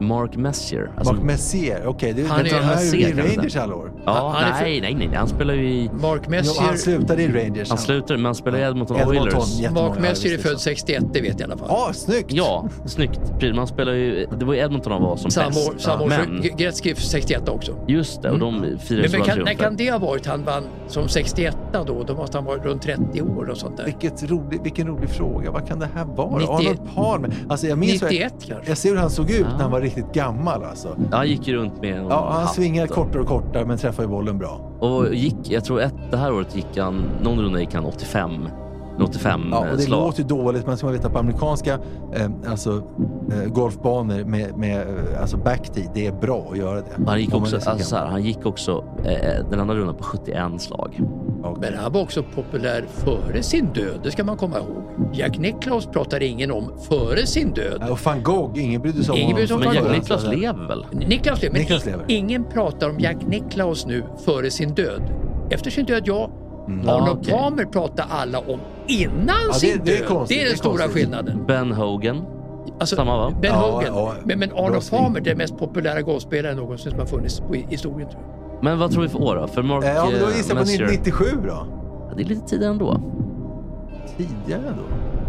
Mark Messier. Alltså,
Mark Messier. Okej, det
Han
han
är-
är, han är ju
Messier
i
kanske.
Rangers alla år.
ja,
han är för-
nej, nej, nej, nej. Han spelar ju i...
Mark
Jo, han
Messier,
slutade i Rangers.
Han slutar, men han spelar i Edmonton
Edmonton,
Oilers.
jättemånga
Mark Messier är
arbetslösa.
född 61, det vet jag i alla fall.
Ja, snyggt!
Ja, snyggt. Precis, Man spelar ju, det var ju Edmonton han var som
Samma
bäst.
år, samma år
men,
som Gretzky 61 också.
just det, och
Mm.
de firar
Men,
stora
men kan, när
triumfer.
kan det ha varit? Han vann som 61 då, då måste han vara runt 30 år och sånt där.
Vilket rolig, vilken rolig fråga. Vad kan det här vara?
91.
Arnold Palmer. Alltså, jag minns hur-
91 kanske?
Jag ser hur han såg ut
Ah.
när han var riktigt gammal. Alltså.
Mm.
Ja, Han gick ju runt med en
Ja, han
hatt
svingar
och-
kortare och kortare men träffar ju bollen bra.
Och gick, jag tror ett, det här året gick han, någon runda gick han 85, 85
Ja, och det
eh, slag.
låter ju dåligt, men ska man veta på amerikanska eh, alltså, eh, golfbanor med, med eh, alltså backtee, det är bra att göra det.
Han gick
Om man
också,
dessutom
alltså, så här,
kan-
han gick också eh, den andra rundan på 71 slag.
Ja, okej.
Men han var också populär före sin död, det ska man komma ihåg. Jack Nicklaus pratade ingen om före sin död.
Ja, Och van Gogh, ingen brydde sig om
Ingen
honom.
brydde sig om
Men
Van
Jack
Gogh.
Nicklaus lever väl?
Niklas lever, men
Niklas
i-
lever.
ingen pratar om Jack Nicklaus nu före sin död. Efter sin död, ja.
Mm.
Ja,
Arnold
okej.
Palmer pratar alla om innan
det-
sin
det är
död.
konstigt,
det är den
det är
stora
konstigt.
skillnaden.
Ben Hogan.
Alltså,
Samma, va?
Ben
Ja,
Hogan.
ja,
men, men
bra
Arnold
stil.
Palmer, den mest populära golfspelaren någonsin som har funnits på i- historien. Tror jag.
Men vad tror vi för år då? För Mark
Eh, Ja, men då
eh,
gissar
Messier.
jag på 97 då.
Ja, Det är lite tidigare ändå.
Tidigare då?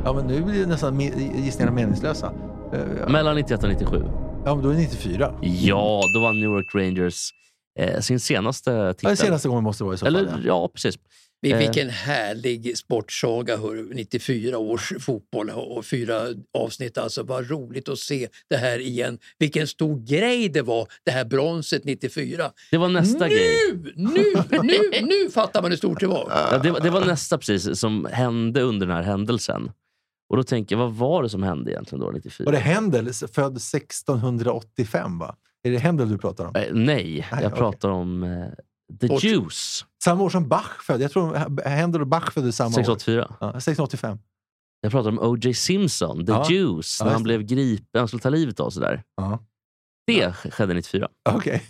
Ja, men nu blir det nästan me- gissningarna meningslösa. Eh, ja.
Mellan 91 och 97.
Ja, men då är det 94.
Ja, då vann New York Rangers eh, sin senaste
Ja,
titel.
det senaste gången måste det vara i så fall.
Eller,
ja.
ja, precis.
Vi
Eh.
fick en härlig sportsaga, hör, 94 års fotboll och fyra avsnitt. Alltså vad roligt att se det här igen. Vilken stor grej det var, det här bronset 94.
Det var nästa
nu,
grej.
nu, nu, nu fattar man hur stort det var.
Ja, det, var- det var nästa precis som hände under den här händelsen. Och då tänker jag, vad var det som hände egentligen då 94?
Var det Händel? Född 1685, va? Är det Händel du pratar om?
Eh, nej, jag
Nej, okej.
pratar om eh, The
Och-
Juice
Samma år som Bach föddes. Jag tror eh, Händel och Bach föddes samma år.
684.
Ja, 1685.
Jag pratar om O.J. Simpson, The
Ja.
Juice,
Ja,
när
just
han
det.
blev gripen, han skulle ta livet av sig där.
Ja.
Det skedde 94.
Okej.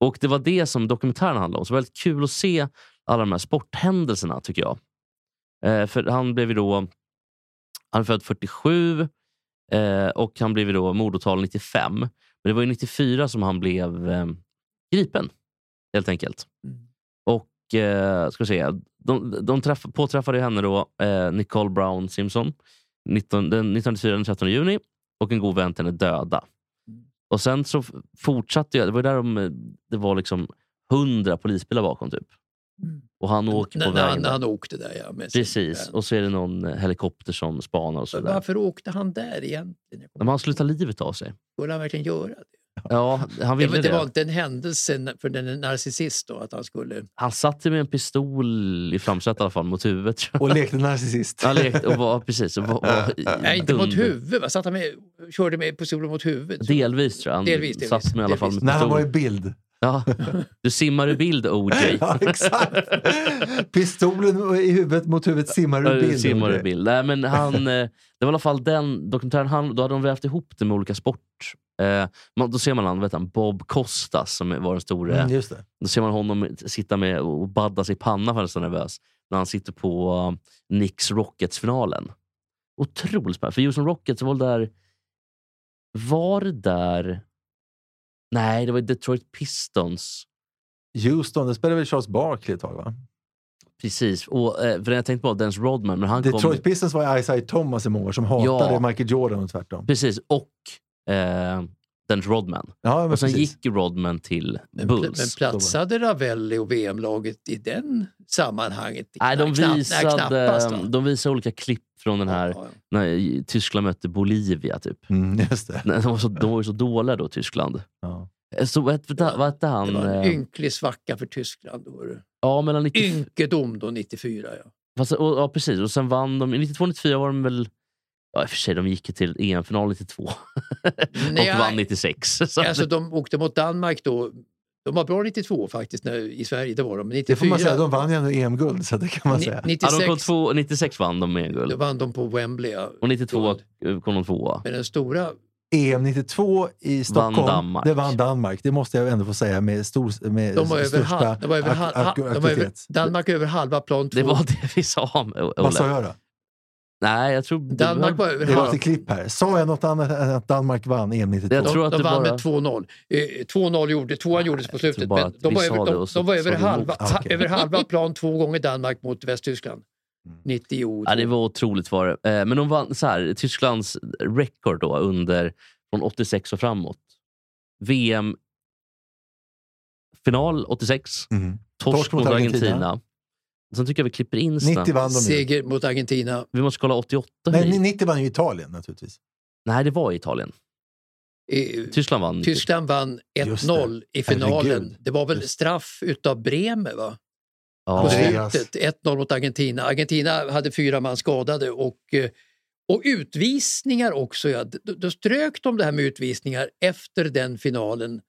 Och det var det som dokumentären handlade om. Så väldigt kul att se alla de här sporthändelserna tycker jag. Eh, för han blev ju då... Han är född 47 eh, och han blev ju då mordåtal 95. Men det var ju 94 som han blev eh, gripen, helt enkelt.
Mm.
Och eh, ska vi se, de, de träff, påträffade ju henne då, eh, Nicole Brown Simpson, 19, den 1994 den 13 juni. Och en god vän till henne döda.
Mm.
Och sen så f- fortsatte jag. Det var där de, eh, det var liksom hundra polisbilar bakom typ. Och han åker på
Mm. När
vägen.
han,
där.
han åkte där ja. Med sin
Precis,
vän.
och så är det någon eh, helikopter som spanar och sådär.
Varför åkte han där egentligen?
Men han slutar livet av sig.
Skulle han verkligen göra det?
Ja, han
Det,
ville
var-
det.
det var inte en händelse för den är narcissist då, att han skulle...
Han satt ju med en pistol i framsätet i alla fall, mot huvudet. tror jag.
Och lekte narcissist.
Han lekte och var precis... Och var, var, i-
Nej, inte mot
dunder.
huvudet. va? Satt han med, körde med pistolen mot huvudet?
Delvis tror jag. Han
Delvis, delvis,
satt med i alla fall med
delvis.
När han
pistol.
var i bild.
Ja. Du simmar i bild, OJ.
Ja, exakt. Pistolen i huvudet mot huvudet simmar ur
Du
bild.
simmar i bild. Nej, men han, eh, det var i alla fall den dokumentären. Han, då hade de vävt ihop det med olika sport. Eh, man, då ser man han, vet han, Bob Costas som var den store...
Mm, just det.
Då ser man honom sitta med och badda sig i pannan för han är så nervös. När han sitter på uh, Knicks Rockets-finalen. Otroligt spännande. För Houston Rockets var väl där... Var det där... Nej, det var Detroit Pistons.
Houston, det spelade väl Charles Barkley ett tag? Va?
Precis. Och, eh, för jag tänkte på Dennis Rodman, men han
Detroit
kom...
Pistons var Isaiah Thomas i många år som hatade
Ja.
Michael Jordan och tvärtom.
Precis. Och eh, Dennis Rodman.
Ja, men
Och sen
precis.
gick ju Rodman till
Men, pl- men
Bulls.
platsade Ravelli och VM-laget i den sammanhanget?
Nej, de,
Knapp- nej, knappast, va?
visade, de visade olika klipp från den här
Ja,
när Tyskland mötte Bolivia. typ.
Mm, just det.
Nej, de, var så, de var ju så dåliga då, Tyskland. Eh,
Ja.
Så, vad, hette-
var-
vad hette
ja.
han?
Det var en
eh,
ynklig svacka för Tyskland. Då. var det.
Ja, mellan 90,
Ynkedom då, 94. Ja.
fast, och, ja, precis. Och sen vann de... 92-94 var de väl... Ja, i och för sig, de gick ju till EM-final 92 och
Nej,
vann 96. Så att-
Alltså, de åkte mot Danmark då. De var bra 92 faktiskt när, i Sverige, det var de. Men 94,
Det får man säga, de vann ju ändå EM-guld, så det kan man säga.
ni-
ja, de kom
96
två, 96 vann de med
då
guld
vann de på Wembley. ja.
och 92 kom de tvåa.
Men den stora
EM 92 i Stockholm,
Danmark.
det vann Danmark. Det måste jag ändå få säga med, stor, med
De var över,
största
hal- de var över, hal-
ak- ak-
ha- de var över,
aktivitet.
Danmark över halva plan två.
Det var det vi sa om O-
Vad sa
Olle.
jag då?
Nej, jag tror...
Danmark var över
Det var
halva.
lite klipp här. Sa jag något annat än att Danmark vann EM 92?
Jag tror
De,
att
de
det
vann
bara-
med 2-0. Eh, 2-0 gjorde, tvåan gjordes på
jag tror
slutet.
bara
Men
att
de
vi
var,
sa
över,
det
de,
och så
de var
sa
över,
vi
halva,
emot.
ha,
Ah, Okej.
över halva plan två gånger Danmark mot Västtyskland.
Mm.
90
Ja, det var otroligt var det. Eh, Men de vann så här, Tysklands rekord då under från 86 och framåt. VM final 86,
Mm.
torsk, mot Argentina. Sen tycker jag vi klipper in snabbt.
90 vann de ju.
Seger mot Argentina.
Vi måste kolla 88. hur
Nej,
gick.
90 vann ju Italien naturligtvis.
Nej, det var i Italien.
Eh,
Tyskland vann.
Tyskland vann
Just
1-0 i finalen.
Herregud.
Det var väl
Just-
straff utav Bremer, va? på
Ja.
Andreas.
slutet. 1-0 mot Argentina. Argentina hade fyra man skadade och, eh, och utvisningar också. Ja. D- Då strök de det här med utvisningar efter den finalen.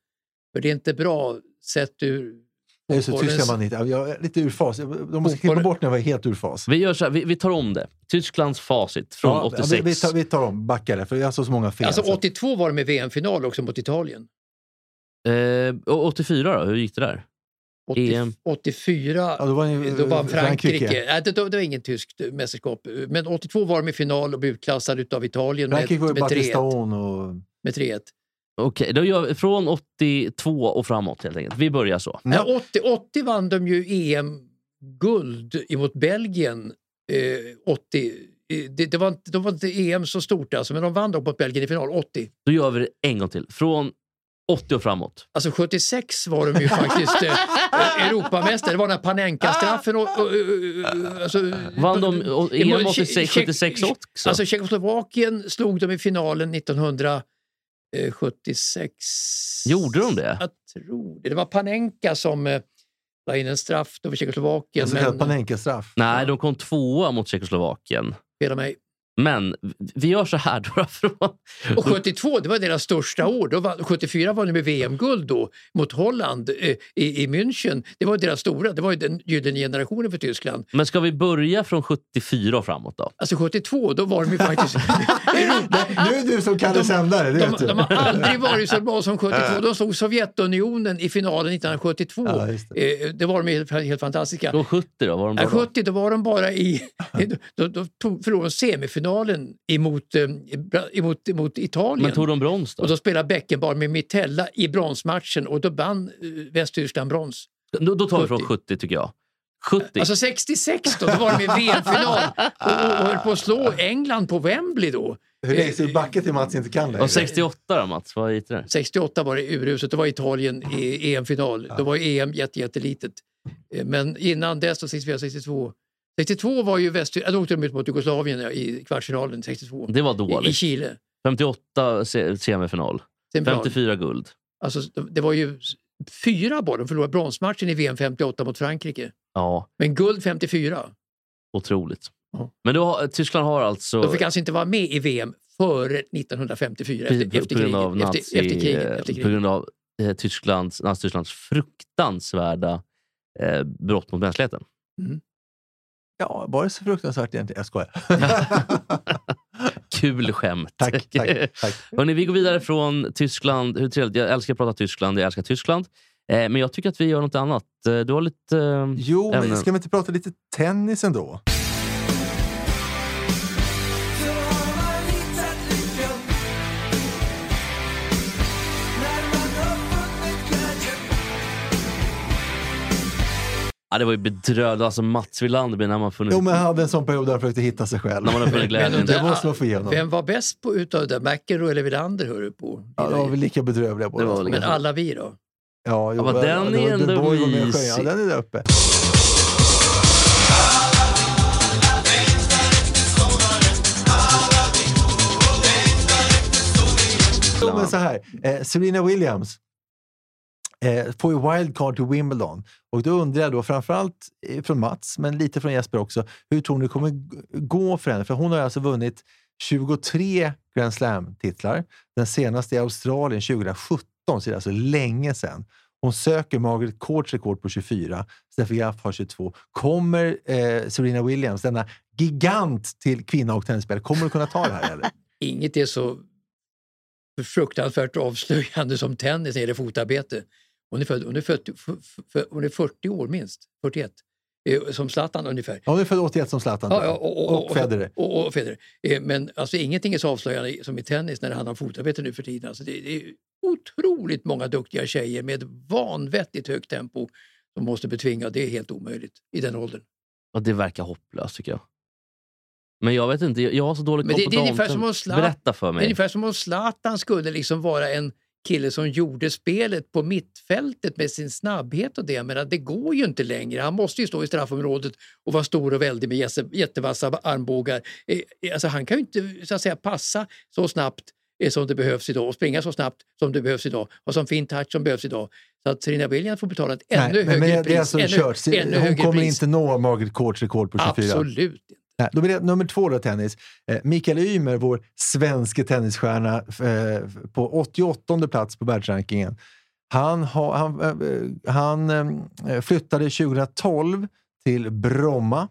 För det är inte bra sett ur...
Nej, så
Fotbollens-
Tyskland vann inte. Jag är lite ur fas. Jag- De måste klippa
Fotboll-
bort när jag var helt ur fas.
Vi, gör så här, vi, vi tar om det. Tysklands facit från
Ja,
86.
Vi, vi, tar, vi tar om, backar det, för jag har så många fel.
Alltså
så att-
82 var de i VM-final också mot Italien.
Eh, och 84 då, hur gick det där?
80,
EM.
84
Ja, då var ju,
Då var
eh,
Frankrike. Nej, det, det var ingen tyskt eh, mästerskap. Men 82 var de i final och blev utklassade utav Italien med,
Frankrike var ju
med 3-1.
Batiston och...
Med 3-1.
Okej, då gör vi från 82 och framåt helt enkelt. Vi börjar så.
Ja.
Ja. 80, 80 vann de ju EM-guld emot Belgien. Eh, 80. Eh, Det, det, var inte, de var inte EM så stort alltså, men de vann då mot Belgien i final 80.
Då gör vi det en gång till. Från 80 och framåt.
Alltså 76 var de ju faktiskt eh, Europamästare. Det var den här Panenka-straffen och... och, och, och alltså,
Vann de och,
Det var-
EM 86,
Tjeck-
76 också?
Mm. Alltså Tjeckoslovakien slog dem i finalen 1976.
Gjorde de det?
Jag tror det. Det var Panenka som eh, la in en straff då för Tjeckoslovakien.
En så kallad
men
Panenka-straff.
Nej, de kom tvåa mot Tjeckoslovakien.
spela mig.
Men vi gör så här då. Från,
Och 72, det var deras största år. Då var, 74 var de med VM-guld då mot Holland eh, i, i München. Det var ju deras stora. Det var ju den gyllene generationen för Tyskland.
men ska vi börja från 74 och framåt då?
Alltså 72, då var de ju faktiskt...
Nu är du som Kalle Sändare, det
De,
vet du.
de har aldrig varit så bra som 72. De slog Sovjetunionen i finalen 1972.
Ja, just
det. det var de helt, helt fantastiska.
Från 70 då? Var de
Ja,
bra då?
70 då var de bara i... Då, då tog, förlorade de semifinalen emot, eh, Bra- emot, emot Italien.
Men tog de brons då?
Och då spelade Beckenbauer med Mitella i bronsmatchen och då vann eh, Västtyskland brons.
Då, då tar vi från
70.
70 tycker jag. 70.
Alltså 66 då, då var de i VM-final och, och, och höll på att slå England på Wembley då.
Hur läggs vi backa till Mats inte kan längre?
och 68 då Mats? Vad gick det där?
68 var det uruset, det var Italien i EM-final. Då var ju EM jätte, jättelitet. Eh, Men innan dess, då 64, 62. 62 var ju Västtyskland, då åkte de ut mot Jugoslavien ja, i kvartsfinalen 62.
Det var
I, I
Mm, dåligt.
Chile.
58 se- semifinal.
Semifinal.
54 guld.
Alltså, det var ju fyra bara, de förlorade bronsmatchen i VM 58 mot Frankrike.
Ja,
Men guld 54.
otroligt.
Ja.
Men då, har- Tyskland har alltså...
De fick alltså inte vara med i VM före 1954,
Precis,
efter, efter,
på grund av
kriget,
nazi,
efter, efter kriget. Efter
På
kriget.
grund av eh, Tysklands, Nazitysklands fruktansvärda eh, brott mot mänskligheten.
Ja, var det så fruktansvärt egentligen? Jag skojar.
Kul skämt.
tack, tack, tack.
Hörrni, vi går vidare från Tyskland. Hur trevligt. Jag älskar att prata Tyskland, jag älskar Tyskland. Eh, men jag tycker att vi gör något annat. Eh, Du har lite... Eh,
Jo, men
ämnen.
ska vi inte prata lite tennis ändå?
Ja, det var ju bedrövligt. Alltså Mats Wilander blir när man funnit...
Jo, men jag hade en sån period där jag försökte hitta sig själv.
När man har funnit glädjen.
Men de
Det måste man få igenom.
Vem var bäst på, utav det där? McEnroe eller Wilander? Hör du på?
Ja, då var vi lika bedrövliga båda.
Det var väl
Men alla vi då?
Ja, jo,
Ja, men den är
The
ändå
Boy var med och sjöng.
mysig.
Ja, den är där uppe. Jo, men så här. Eh, Serena Williams eh, får ju wildcard till Wimbledon. Och då undrar jag då, framförallt eh, från Mats, men lite från Jesper också, hur tror ni det kommer g- gå för henne? För hon har ju alltså vunnit 23 Grand Slam-titlar. Den senaste i Australien 2017, så det är alltså länge sedan. Hon söker Margaret Courts rekord på 24. Steffi Graf har 22. Kommer eh, Serena Williams, denna gigant till kvinna och tennisspel, kommer hon kunna ta det här? Eller?
Inget är så fruktansvärt avslöjande som tennis när det gäller fotarbete. Hon är, född, hon, är född, f, f, hon är 40 år minst, 41. Eh, Som Zlatan ungefär.
Ja, Hon är född 81 som Zlatan.
Ja, ja, och, och, och,
och Federer.
Och, och Federer. Eh, Men alltså, ingenting är så avslöjande i- som i tennis när det handlar om fotarbete nu för tiden. Alltså, det, det är otroligt många duktiga tjejer med vanvettigt högt tempo som måste betvinga. Det är helt omöjligt i den åldern.
Ja, det verkar hopplöst tycker jag. Men jag vet inte, jag- jag har så dålig
Men
koll
det-
på
det är ungefär
damtennis.
som att slå-
Berätta för
Det är
mig.
ungefär som om Zlatan skulle liksom vara en kille som gjorde spelet på mittfältet med sin snabbhet och det. Men det går ju inte längre. Han måste ju stå i straffområdet och vara stor och väldig med jätte- jättevassa armbågar. Eh, eh, Alltså, han kan ju inte så att säga, passa så snabbt eh, som det behövs idag och springa så snabbt som det behövs idag och som fin touch som behövs idag. Så att Serena Williams får betala ett ännu
Nej, men,
högre
men det
pris.
är alltså
ännu,
kört.
ännu
Hon
högre
kommer
pris.
inte nå Margaret Courts rekord på 24.
Absolut.
Nej, då blir det nummer två då, tennis. Eh, Mikael Ymer, vår svenske tennisstjärna eh, på 88 plats på världsrankingen. Han, har- han, eh, han eh, flyttade 2012 till Bromma.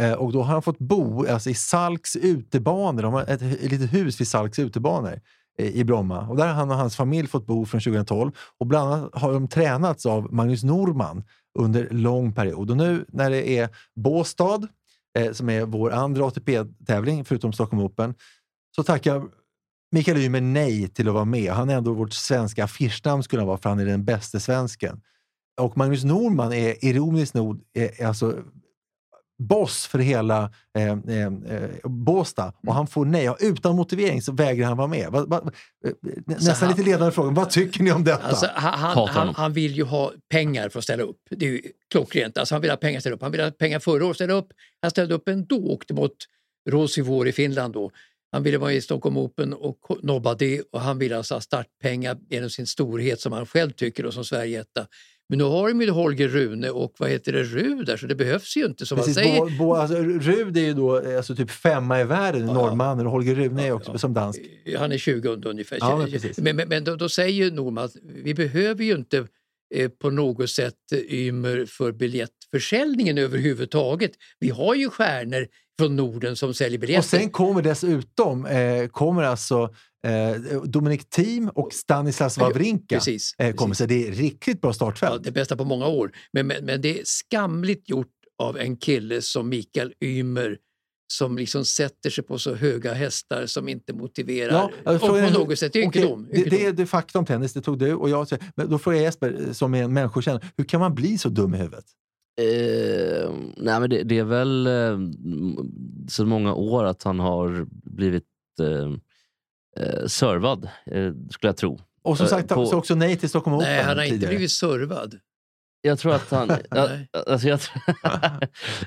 Eh, och då har han fått bo alltså, i Salks utebanor. De har ett, ett litet hus vid Salks utebanor eh, i Bromma. Och där har han och hans familj fått bo från 2012. Och bland annat har de tränats av Magnus Norman under lång period. Och nu när det är Båstad, eh, som är vår andra ATP-tävling förutom Stockholm Open, så tackar Mikael Ymer nej till att vara med. Han är ändå vårt svenska affischnamn skulle han vara, för han är den bästa svensken. Och Magnus Norman är ironiskt nog eh, alltså boss för hela eh, eh, eh, Båstad
Mm.
och han får nej. Ja, Utan motivering så vägrar han vara med. Va, va, eh, nä-
Så
nästan
han-
lite ledande fråga. Vad tycker ni om detta?
Alltså, han, han,
Hatar
han,
honom.
han vill ju ha pengar för att ställa upp. Det är ju klockrent. Alltså, han vill ha pengar för att ställa upp. Han vill ha pengar förra året att ställa upp. Han ställde upp ändå och åkte mot Rosivor i Finland då. Han ville vara med i Stockholm Open och nobbade det och han ville alltså ha startpengar genom sin storhet som han själv tycker och som Sverigetta. Men nu har de ju Holger Rune och vad heter det, Rud där så det behövs ju inte som
Precis,
man säger.
Bo, Bo, alltså, Rud är ju då eh, alltså, typ femma i världen, norrmannen. Och Holger Rune är också som dansk.
Han är 20 under ungefär.
Ja, men precis.
men men, men då, då säger ju Norman att vi behöver ju inte eh, på något sätt eh, Ymer för biljettförsäljningen överhuvudtaget. Vi har ju stjärnor från Norden som säljer biljetter.
Och sen kommer dessutom eh, kommer alltså eh, Dominic Thiem och Stanislas Wawrinka.
Precis,
eh, kommer.
precis.
Så det är riktigt bra startfält.
ja, det bästa på många år. Men, men, men det är skamligt gjort av en kille som Mikael Ymer som liksom sätter sig på så höga hästar som inte motiverar.
alltså,
och på
frågan är-
något sätt, det är
okej,
ynkedom.
Det, det är det fakta om tennis, det tog du och jag. Men då frågar jag Jesper, eh, som är en människokännare, hur kan man bli så dum i huvudet?
Eh, nej men det, det är väl eh, m- så många år att han har blivit eh, eh, servad, eh, skulle jag tro.
Och som
Eh,
sagt,
på-
sa också nej till Stockholm Open
Nej, han har inte
tidigare.
blivit servad.
Jag tror att han, jag,
Nej.
alltså jag,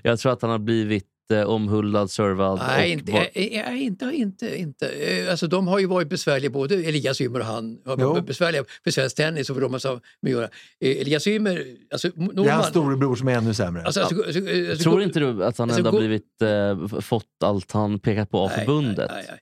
jag tror att han har blivit eh, omhuldad, servad.
Nej,
och
inte,
var-
eh, eh, inte, inte, inte. Eh, Alltså, de har ju varit besvärliga, både Elias Ymer och han. har
Jo.
varit Besvärliga för svensk tennis och för de har så- med att göra. Eh, Elias Ymer, alltså M-
Det är
Norman...
hans storebror som är ännu sämre.
alltså, alltså, alltså, alltså,
tror inte du att han
alltså,
ändå
gå-
har blivit, eh, f- fått allt han pekat på av
Nej,
förbundet?
nej, nej, nej.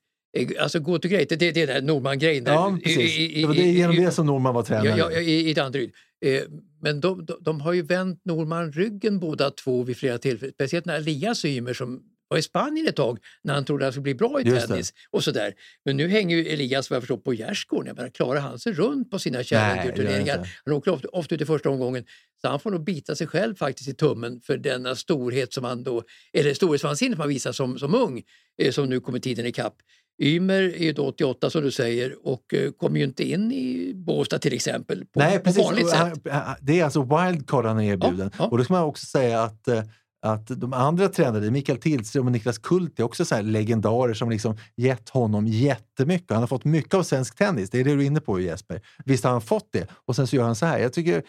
Eh, Alltså gå till grejt, det, det är den där Norman-grejen. där.
ja,
Eh, I-
precis.
i- i-
det var det,
i-
genom
i-
det som Norman var tränare.
Ja, ja, i, i Danderyd. Eh, men de, de, de har ju vänt Norman ryggen båda två vid flera tillfällen. Speciellt när Elias Ymer som var i Spanien ett tag när han trodde han skulle bli bra i
Just det.
tennis. Och sådär. Men nu hänger ju Elias vad jag förstår på gärdsgården. Jag menar, klarar han sig runt på sina
det gör han
Challenger-turneringar?
inte.
Han åker ofta, ofta ut i första omgången. Så han får nog bita sig själv faktiskt i tummen för denna storhet som han då, eller storhetsvansinne som han visar som, som ung, eh, som nu kommer tiden ikapp. Ymer är ju då 88 som du säger och eh, kommer ju inte in i Båstad till exempel på,
Nej,
på
precis.
vanligt
Och
sätt.
han- han- Det är alltså wildcard han är erbjuden.
Ja, ja.
Och då ska man också säga att, eh, att de andra tränarna, Mikael Tillström och Niklas Kult, är också så här legendarer som liksom gett honom jättemycket. Han har fått mycket av svensk tennis. Det är det du är inne på Jesper. Visst har han fått det? Och sen så gör han så här. Jag tycker...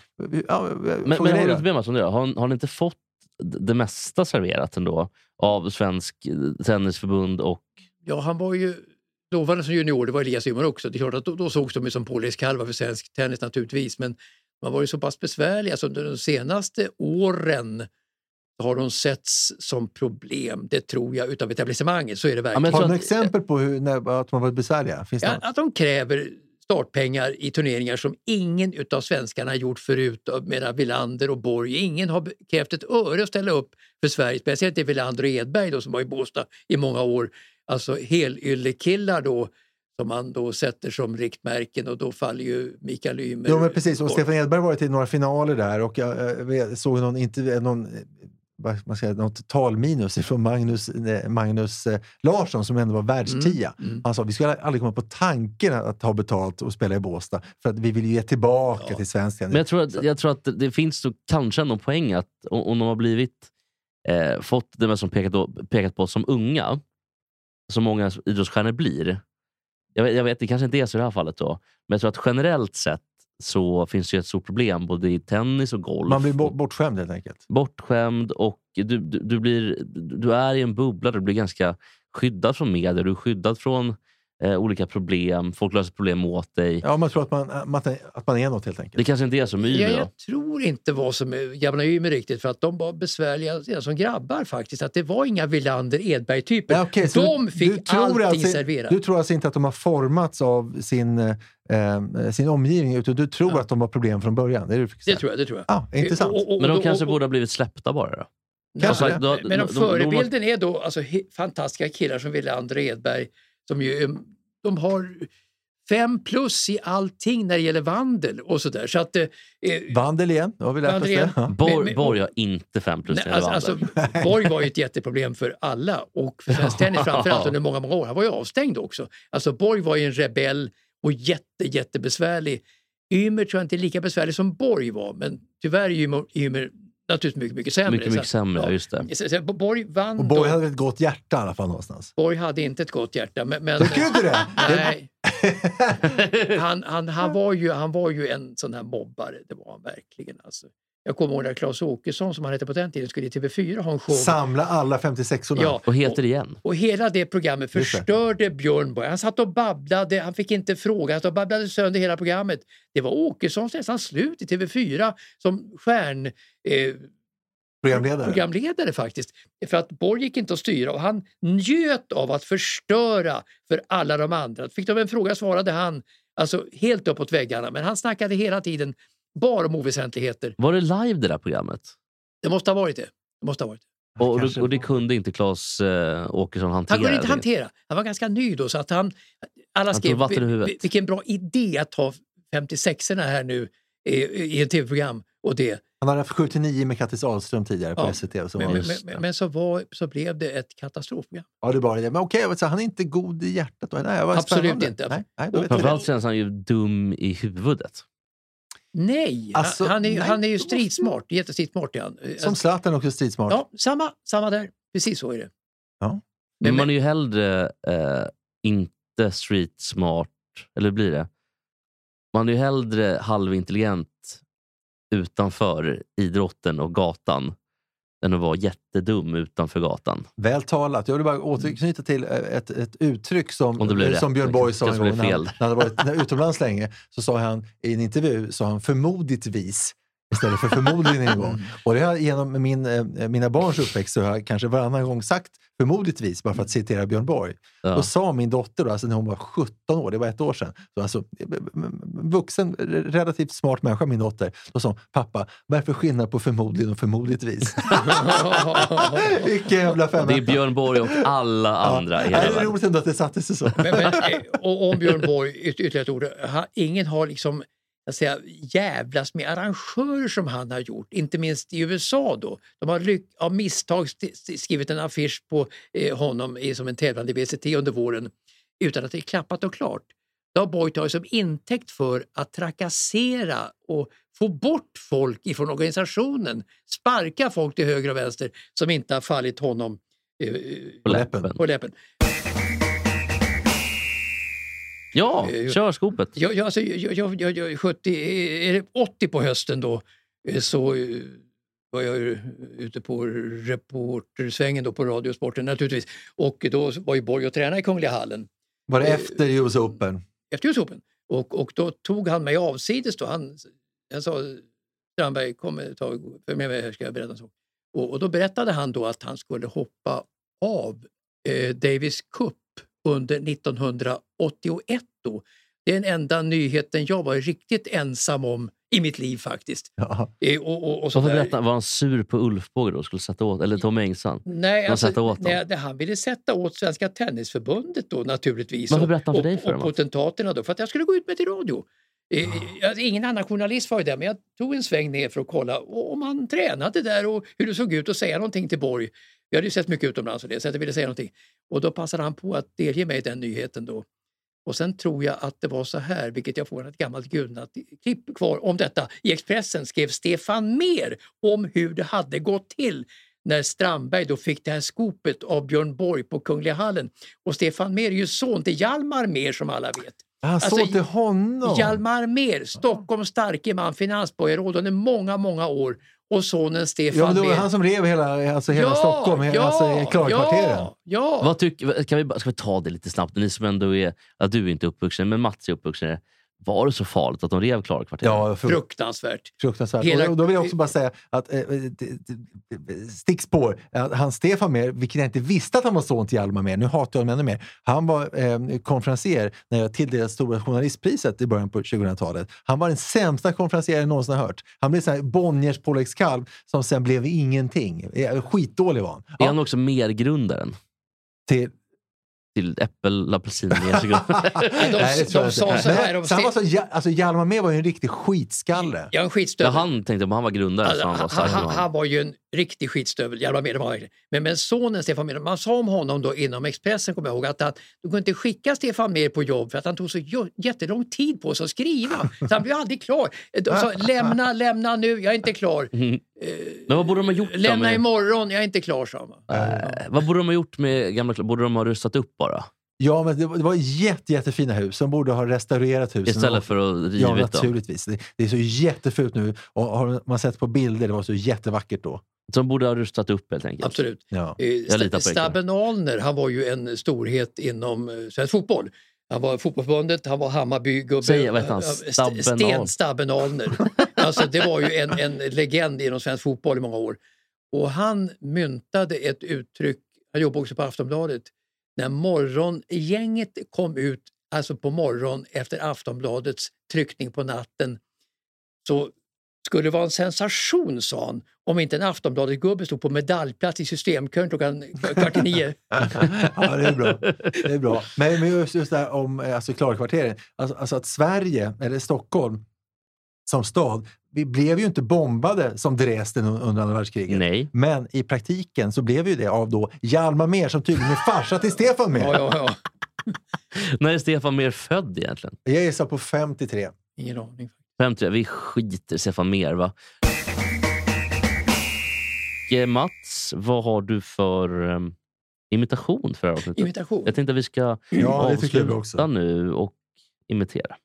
Ja,
Men, men har du inte
men,
med mig som du gör? Har, har ni inte fått d- det mesta serverat ändå av Svensk eh, Tennisförbund och
Ja, han var ju dåvarande som junior, det var Elias Ymer också. Det är klart att då, då sågs de ju som påläggskalvar för svensk tennis naturligtvis, men man var ju så pass besvärlig. Alltså, under de senaste åren har de setts som problem, det tror jag, utav etablissemanget. Så är det
men
verkligen.
jag
har du
tror
några
att-
exempel på hur, när, att man varit besvärliga? Finns det
Ja,
något?
att de kräver startpengar i turneringar som ingen utav svenskarna har gjort förut, medan Wilander och Borg, ingen har krävt ett öre att ställa upp för Sverige, speciellt inte Wilander och Edberg då, som var i Båstad i många år. Alltså helyllekillar då som man då sätter som riktmärken och då faller ju Mikael Ymer.
Jo, men precis. Och
bort.
Stefan Edberg har varit i några finaler där och jag, eh, vet- såg någon, intervju, någon eh, vad ska man säga, något talminus från Magnus, eh, Magnus eh, Larsson som ändå var världstia.
Mm,
Han sa vi skulle aldrig komma på tanken att ha betalt och spela i Båstad för att vi vill ju ge tillbaka till svensk tennis.
Men jag tror att, jag tror att det- det finns nog kanske ändå en poäng att o- om de har blivit, eh, fått det mest som pekat, då, pekat på som unga, som många idrottsstjärnor blir. Jag vet, jag vet, det kanske inte är så i det här fallet då, men jag tror att generellt sett så finns det ju ett stort problem både i tennis och golf.
Man blir bo- bortskämd helt enkelt.
bortskämd och du, du, du, blir, du är i en bubbla där du blir ganska skyddad från media. Du är skyddad från eh, olika problem. Folk löser problem åt dig.
Ja, man tror att man, att man, att man är något helt enkelt.
Det kanske inte är så med
Ja,
Ymer då.
jag tror inte vad som är gamla Ymer riktigt för att de var besvärliga redan som grabbar faktiskt. Att det var inga Wilander Edberg-typer.
Ja, okej, så
de
du-
fick
du tror
allting
alltså,
serverat.
Du tror alltså inte att de har formats av sin, eh, eh, sin omgivning utan du tror att de har problem från början? Det, är det, du
Det
försöker säga.
tror jag. Det tror jag.
Ah, intressant.
Och- och- och-
Men de
och-
kanske
och-
borde Alltså, ha blivit släppta bara då.
Nej,
Kanske
men-
det. Då-
Men om
då- då- då-
förebilden är då alltså, he- fantastiska killar som Wilander och Edberg som ju, eh, de har fem plus i allting när det gäller vandel och sådär. Så att, eh, eh,
Vandel igen, då har vi lärt oss
Vandel igen.
det. Ja.
Men-
Borg,
men-
Borg har inte fem plus
Nej,
Nej,
alltså, alltså, Borg var ju ett jätteproblem för alla och för svensk tennis framförallt under många, många år. Han var ju avstängd också. Alltså Borg var ju en rebell och jätte, jättebesvärlig. Ymer tror jag inte är lika besvärlig som Borg var, men tyvärr är Ymer, Ymer naturligtvis mycket, mycket sämre.
Mycket, mycket
Så-
sämre, ja.
ja.
just det.
Så- så Borg vann
Och Borg
då.
hade ett gott hjärta i alla fall någonstans.
Borg hade inte ett gott hjärta. Men, men,
Tycker du inte det?
Nej. Han, han, han, var ju, han var ju en sån här mobbare, det var han verkligen. Alltså. Jag kommer ihåg när Claes Åkesson, som han hette på den tiden, skulle i TV4 ha en show.
Samla alla 56orna.
Ja,
Och heter det igen.
och hela det programmet
Just det.
förstörde Björn Borg. Han satt och babblade, han fick inte fråga, han satt och babblade sönder hela programmet. Det var Åkessons nästan slut i TV4 som stjärn... Eh,
Programledare.
programledare faktiskt. För att Borg gick inte att styra och han njöt av att förstöra för alla de andra. Fick de en fråga svarade han alltså helt uppåt väggarna. Men han snackade hela tiden bara om oväsentligheter.
Var det live det där programmet?
Det måste ha varit det. det, måste ha varit det.
Och, och,
kanske
och det
var.
kunde inte Claes eh, Åkesson hantera?
Han kunde inte
eller?
hantera. Han var ganska ny då så att han... Alla
tog
skrev,
vatten i
"Vi-
huvudet."
vi- vilken bra idé att ha 56orna här nu i, i ett tv-program och det.
Han hade haft 7 till 9 med Kattis Ahlström tidigare på
Ja,
SVT. Och så
Men,
var
men,
det-
men, men så, var, så blev det ett katastrofprogram.
Ja, det var det. Men okej, jag vet så här, han är inte god i hjärtat. Då. Nej, vad
Absolut
spännande.
inte.
Nej, nej, då vet jag
Framförallt känns han ju dum i huvudet.
Nej,
Alltså,
han, han är, ju-
nej,
han är ju
då måste-
stridsmart. Jättestridsmart är han. Alltså,
det. Som Zlatan också stridsmart.
Ja, samma, samma där. Precis så är det.
Ja.
Men,
Men,
man
men,
är ju hellre eh, inte street smart, eller blir det? Man är ju hellre halvintelligent utanför idrotten och gatan än att vara jättedum utanför gatan.
Väl talat. Jag vill bara återknyta till eh, ett, ett uttryck som,
Om det blir
eh, som
rätt.
Björn Borg sa en
Kanske
gång
blir
när han,
fel.
när han hade varit utomlands länge. Så sa han i en intervju, sa han förmodigtvis istället för förmodligen en gång.
Mm.
Och det har, jag genom min, eh, mina barns uppväxt så har jag kanske varannan gång sagt förmodigtvis bara för att citera Björn Borg.
Ja.
Då sa min dotter, då, alltså när hon var 17 år, det var ett år sedan, så alltså, vuxen, relativt smart människa, min dotter, då sa hon, pappa, vad är det för skillnad på förmodligen och förmodligtvis? Vilken jävla femma.
Det är Björn Borg och alla andra i
Ja,
hela
det är
världen.
roligt ändå att det satte sig så.
men, eh, och om Björn Borg, yt, ytterligare ett ord. Han, ingen har liksom jag säga, jävlas med arrangörer som han har gjort, inte minst i USA. då. De har lyck, av misstag st- st- skrivit en affisch på eh, honom i, som en tävlande i VCT under våren utan att det är klappat och klart. Det har Borg tagit som intäkt för att trakassera och få bort folk ifrån organisationen. Sparka folk till höger och vänster som inte har fallit honom eh,
På
läppen.
läppen.
på läppen.
Ja,
Eh,
kör skopet.
Jag, jag, alltså, jag, jag, jag, jag, 70, eh, är det 80 på hösten då eh, så eh, var jag ju ute på reportersvängen då på Radiosporten naturligtvis. Och då var ju Borg och tränade i Kungliga hallen
Var det efter US Open?
efter Youtube. Och, och då tog han mig avsides. Då. Han, jag sa Strandberg, kom ett tag, följ med mig här ska jag berätta en sak. Och, och då berättade han då att han skulle hoppa av eh, Davis Cup under 1981. Då. Det är den enda nyheten jag var riktigt ensam om i mitt liv faktiskt.
Ja.
Eh, och, och, och så
Varför
där-
berättar, var han sur på Ulfbåge då? Skulle sätta åt, eller Tom Engstrand?
Nej, alltså,
Man sätter åt dem.
nej, det- han ville sätta åt Svenska Tennisförbundet då naturligtvis.
Varför
Och-
berättade han för
och,
dig för
Och
dem?
potentaterna då, för att jag skulle gå ut med till radio. Eh, alltså, Ingen annan journalist var ju där, men jag tog en sväng ner för att kolla om han tränade där och hur det såg ut och säga någonting till Borg. Vi hade ju sett mycket utomlands och det, så att jag ville säga någonting. Och då passade han på att delge mig den nyheten då. Och sen tror jag att det var så här, vilket jag får ett gammalt gulnat klipp kvar om detta. I Expressen skrev Stefan Mer om hur det hade gått till när Strandberg då fick det här skopet av Björn Borg på Kungliga hallen. Och Stefan Mer är ju son till Hjalmar Mer som alla vet.
Han såg
Alltså,
till honom!
Hjalmar Mer, Stockholms starke man, finansborgarråd under många, många år. Och sonen
ja,
Stefan
men det var
Mehr.
han som rev hela, alltså, hela Stockholm, hela, alltså, Klarkvarteren.
Ja, ja.
Vad tycker, ska, vi, bara- ska vi ta det lite snabbt? Ni som ändå är, ja, du är inte uppvuxen, men Mats är uppvuxen. i det. Var det så farligt att de rev Klarakvarteren?
Ja, fru-
Fruktansvärt.
fruktansvärt.
Hela-
Och- Och då vill jag också bara säga att eh, eh, d- d- d- stickspår, att han Stefan Mer, vilken jag inte visste att han var son till Hjalmar Mer, nu hatar jag honom ännu mer. Han var eh, konferencier när jag tilldelades Stora Journalistpriset i början på 2000-talet. Han var den sämsta konferencier jag någonsin har hört. Han blev sån här Bonniers påläggskalv som sen blev ingenting. Eh, Skitdålig var han.
Är
Ja,
han också medgrundaren
till,
till äppel, apelsin, persika?
de-
det tror jag
de sa
inte.
så här,
Nej,
de
så han var
ste-
så, jä- alltså, Hjalmar Mer var ju en riktig skitskalle.
Jag är en
Ja,
skitstövel.
han tänkte jag på, han var grundare, så han var
Alltså, han,
stark.
han,
som
han var ju en Riktig skitstövel, jävla med det var verkligen. men, men sonen Stefan Mer, man sa om honom då inom Expressen, kommer jag ihåg, att han, du kunde inte skicka Stefan Mer på jobb för att han tog så jo- jättelång tid på sig att skriva. Så han blev aldrig klar. De sa, lämna, lämna nu, jag är inte klar.
Men vad borde de ha gjort då?
Lämna
Med,
imorgon, jag är inte klar, sa man.
eh, vad borde de ha gjort med gamla Borde de ha rustat upp bara?
Ja, men det var, det var jätte, jättefina hus. De borde ha restaurerat husen.
Istället
Och-
för att rivit
Ja,
dem.
naturligtvis. Det, det är så jättefult nu. Och har man sett på bilder, det var så jättevackert då.
De borde ha rustat upp helt enkelt.
Absolut.
Ja.
Eh,
Jag litar på Ekdal.
Stabben Alner, han var ju en storhet inom eh, svensk fotboll. Han var i fotbollförbundet, han var Hammarbygubbe.
Säg, vad heter han?
Eh, eh, St-
Stabben Alner.
Sten Stabben Alner. alltså, det var ju en, en legend inom svensk fotboll i många år. Och han myntade ett uttryck, han jobbade också på Aftonbladet, när morgongänget kom ut, alltså på morgon efter Aftonbladets tryckning på natten, så skulle det vara en sensation, sa han, om inte en Aftonbladet-gubbe stod på medaljplats i systemkön klockan kvart i nio.
ja, det är bra. Det är bra. Men, men just, just det här om eh, alltså, Klarakvarteren. Alltså, alltså att Sverige, eller Stockholm, som stad, vi blev ju inte bombade som Dresden un- under andra världskriget.
Nej.
Men i praktiken så blev ju det av då Hjalmar Mer som tydligen är farsa till Stefan Mer.
Ja, ja, ja.
När är Stefan Mer född egentligen?
Jag gissar på 53.
Ingen aning.
50, vi skiter i Stefan Mer va? Eh, Mats, vad har du för em, imitation för det här avsnittet?
Imitation.
Jag tänkte att vi ska
Ja, det tycker jag
avsluta
också.
nu och imitera.
Jag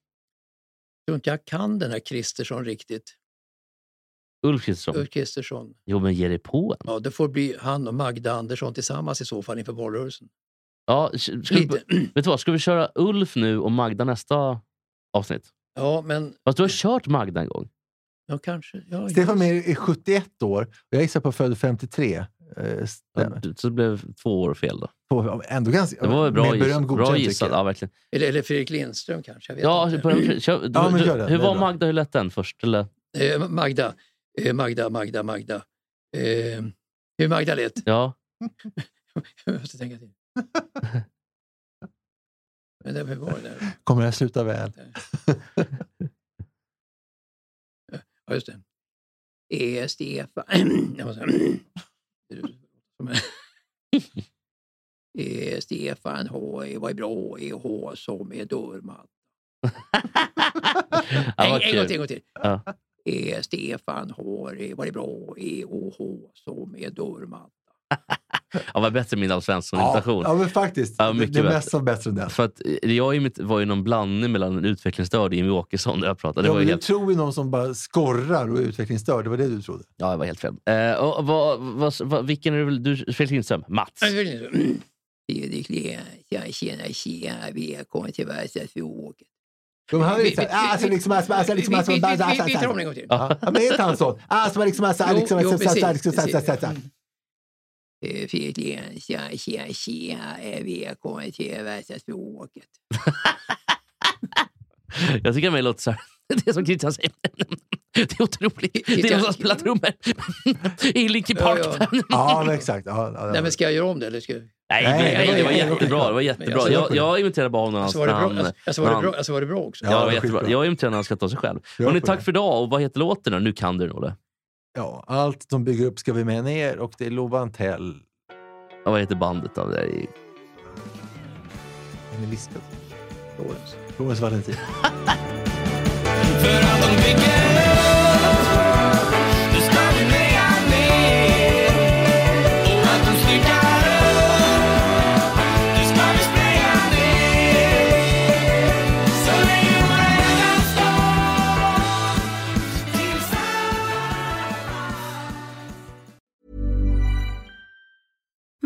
tror inte jag kan den här Kristersson riktigt.
Ulf Kristersson.
Ulf Kristersson.
Jo, men ge dig på en.
Ja, det får bli han och Magda Andersson tillsammans i så fall inför valrörelsen.
Ja, ska vi,
Lite.
vet du vad? Ska vi köra Ulf nu och Magda nästa avsnitt?
Ja, men
Fast du har kört Magda en gång.
ja, kanske. Ja, just-
Stefan Mer är 71 år och jag gissar på född 53. Eh, stämmer.
Så det blev två år fel då.
På- Ändå ganska...
Det var väl bra,
med beröm
giss, bra
godkänt,
gissat.
tycker jag.
Ja, verkligen.
Eller, eller Fredrik Lindström kanske. Jag vet
Ja,
inte. Mm.
på den, kör,
Ja, men
du,
gör det.
hur
Det är
var
bra.
Magda? Hur lät den först? Eller?
Eh, Magda, eh, Magda, Magda, Magda. Eh, hur Magda lät?
Ja.
Jag måste tänka till. Men det, hur var det där?
Kommer det här sluta väl?
Ja, just det. E. Stefan... Jag måste- E. Stefan H. var bra E. H. som är dörrmatta.
Ja,
En,
vad
en gång till,
kul.
en gång till.
Ja.
E. Stefan H. var bra E. O. H. som är dörrmatta.
Ja, vad bättre min Alf
Ja,
Svensson-imitation.
ja, men faktiskt.
Ja,
det
mycket
det
bättre.
mesta var bättre än den.
För att eh, jag i mitt, var ju någon blandning mellan en utvecklingsstörd och Jimmie Åkesson när jag pratade. Det
Ja,
var ju
men du
helt,
tror ju någon som bara skorrar och är utvecklingsstörd. Det var det du trodde.
ja, jag var helt fel. Eh, och, vad, vad, vad, vilken är det väl- du? Fredrik Lindström? Mats?
Fredrik Lehn, tjena, tjena, välkommen till Världsdagsfrågor.
De här är
Vi-
liksom...
vi-
ah,
vi-
alltså, liksom, alltså, alltså, liksom, alltså,
vi- vi- vi-
alltså, alltså,
vi- vi tar om det en
alltså.
gång till.
Ja, men är inte han sån? Alltså, liksom, alltså,
Jo,
liksom,
jo,
alltså, alltså,
precis,
alltså, alltså, alltså, alltså.
precis. Eh, Fredrik Lehn, tjena, tjena, tjena, eh, välkommen till Världsdagsfrågor.
Jag tycker att mig låter så här. Det är som Christian säger. Det är otroligt. Det är någon som spelar trummor i Linkin Park.
Ja,
Ja, men exakt. Ja, ja,
Nej,
ja.
men ska jag göra om det? Eller ska... jag-
Nej,
Nej,
det
nej,
var
det var
ju-
jättebra. Det var
Men
jättebra.
jag-
Jag, jag imiterade bara honom.
Alltså var det
när han-
bra, alltså, var det
han-
bra, alltså, var det bra också?
Ja, det var
det var
jättebra.
skitbra.
Jag imiterade när han ska ta sig själv.
Jag
Hörrni,
får
tack
det.
för idag. Och vad heter låten? då? Nu kan du nog det.
ja, allt som bygger upp ska vi med ner och det är Lovantell.
Ja, vad heter bandet av det där? i-
Är ni listet?
Lawrence.
Thomas Valentin.
För att de bygger upp Nu ska vi bli armé Och att de styckar upp Nu ska vi spraya ner Så länge varenda stad Tillsammans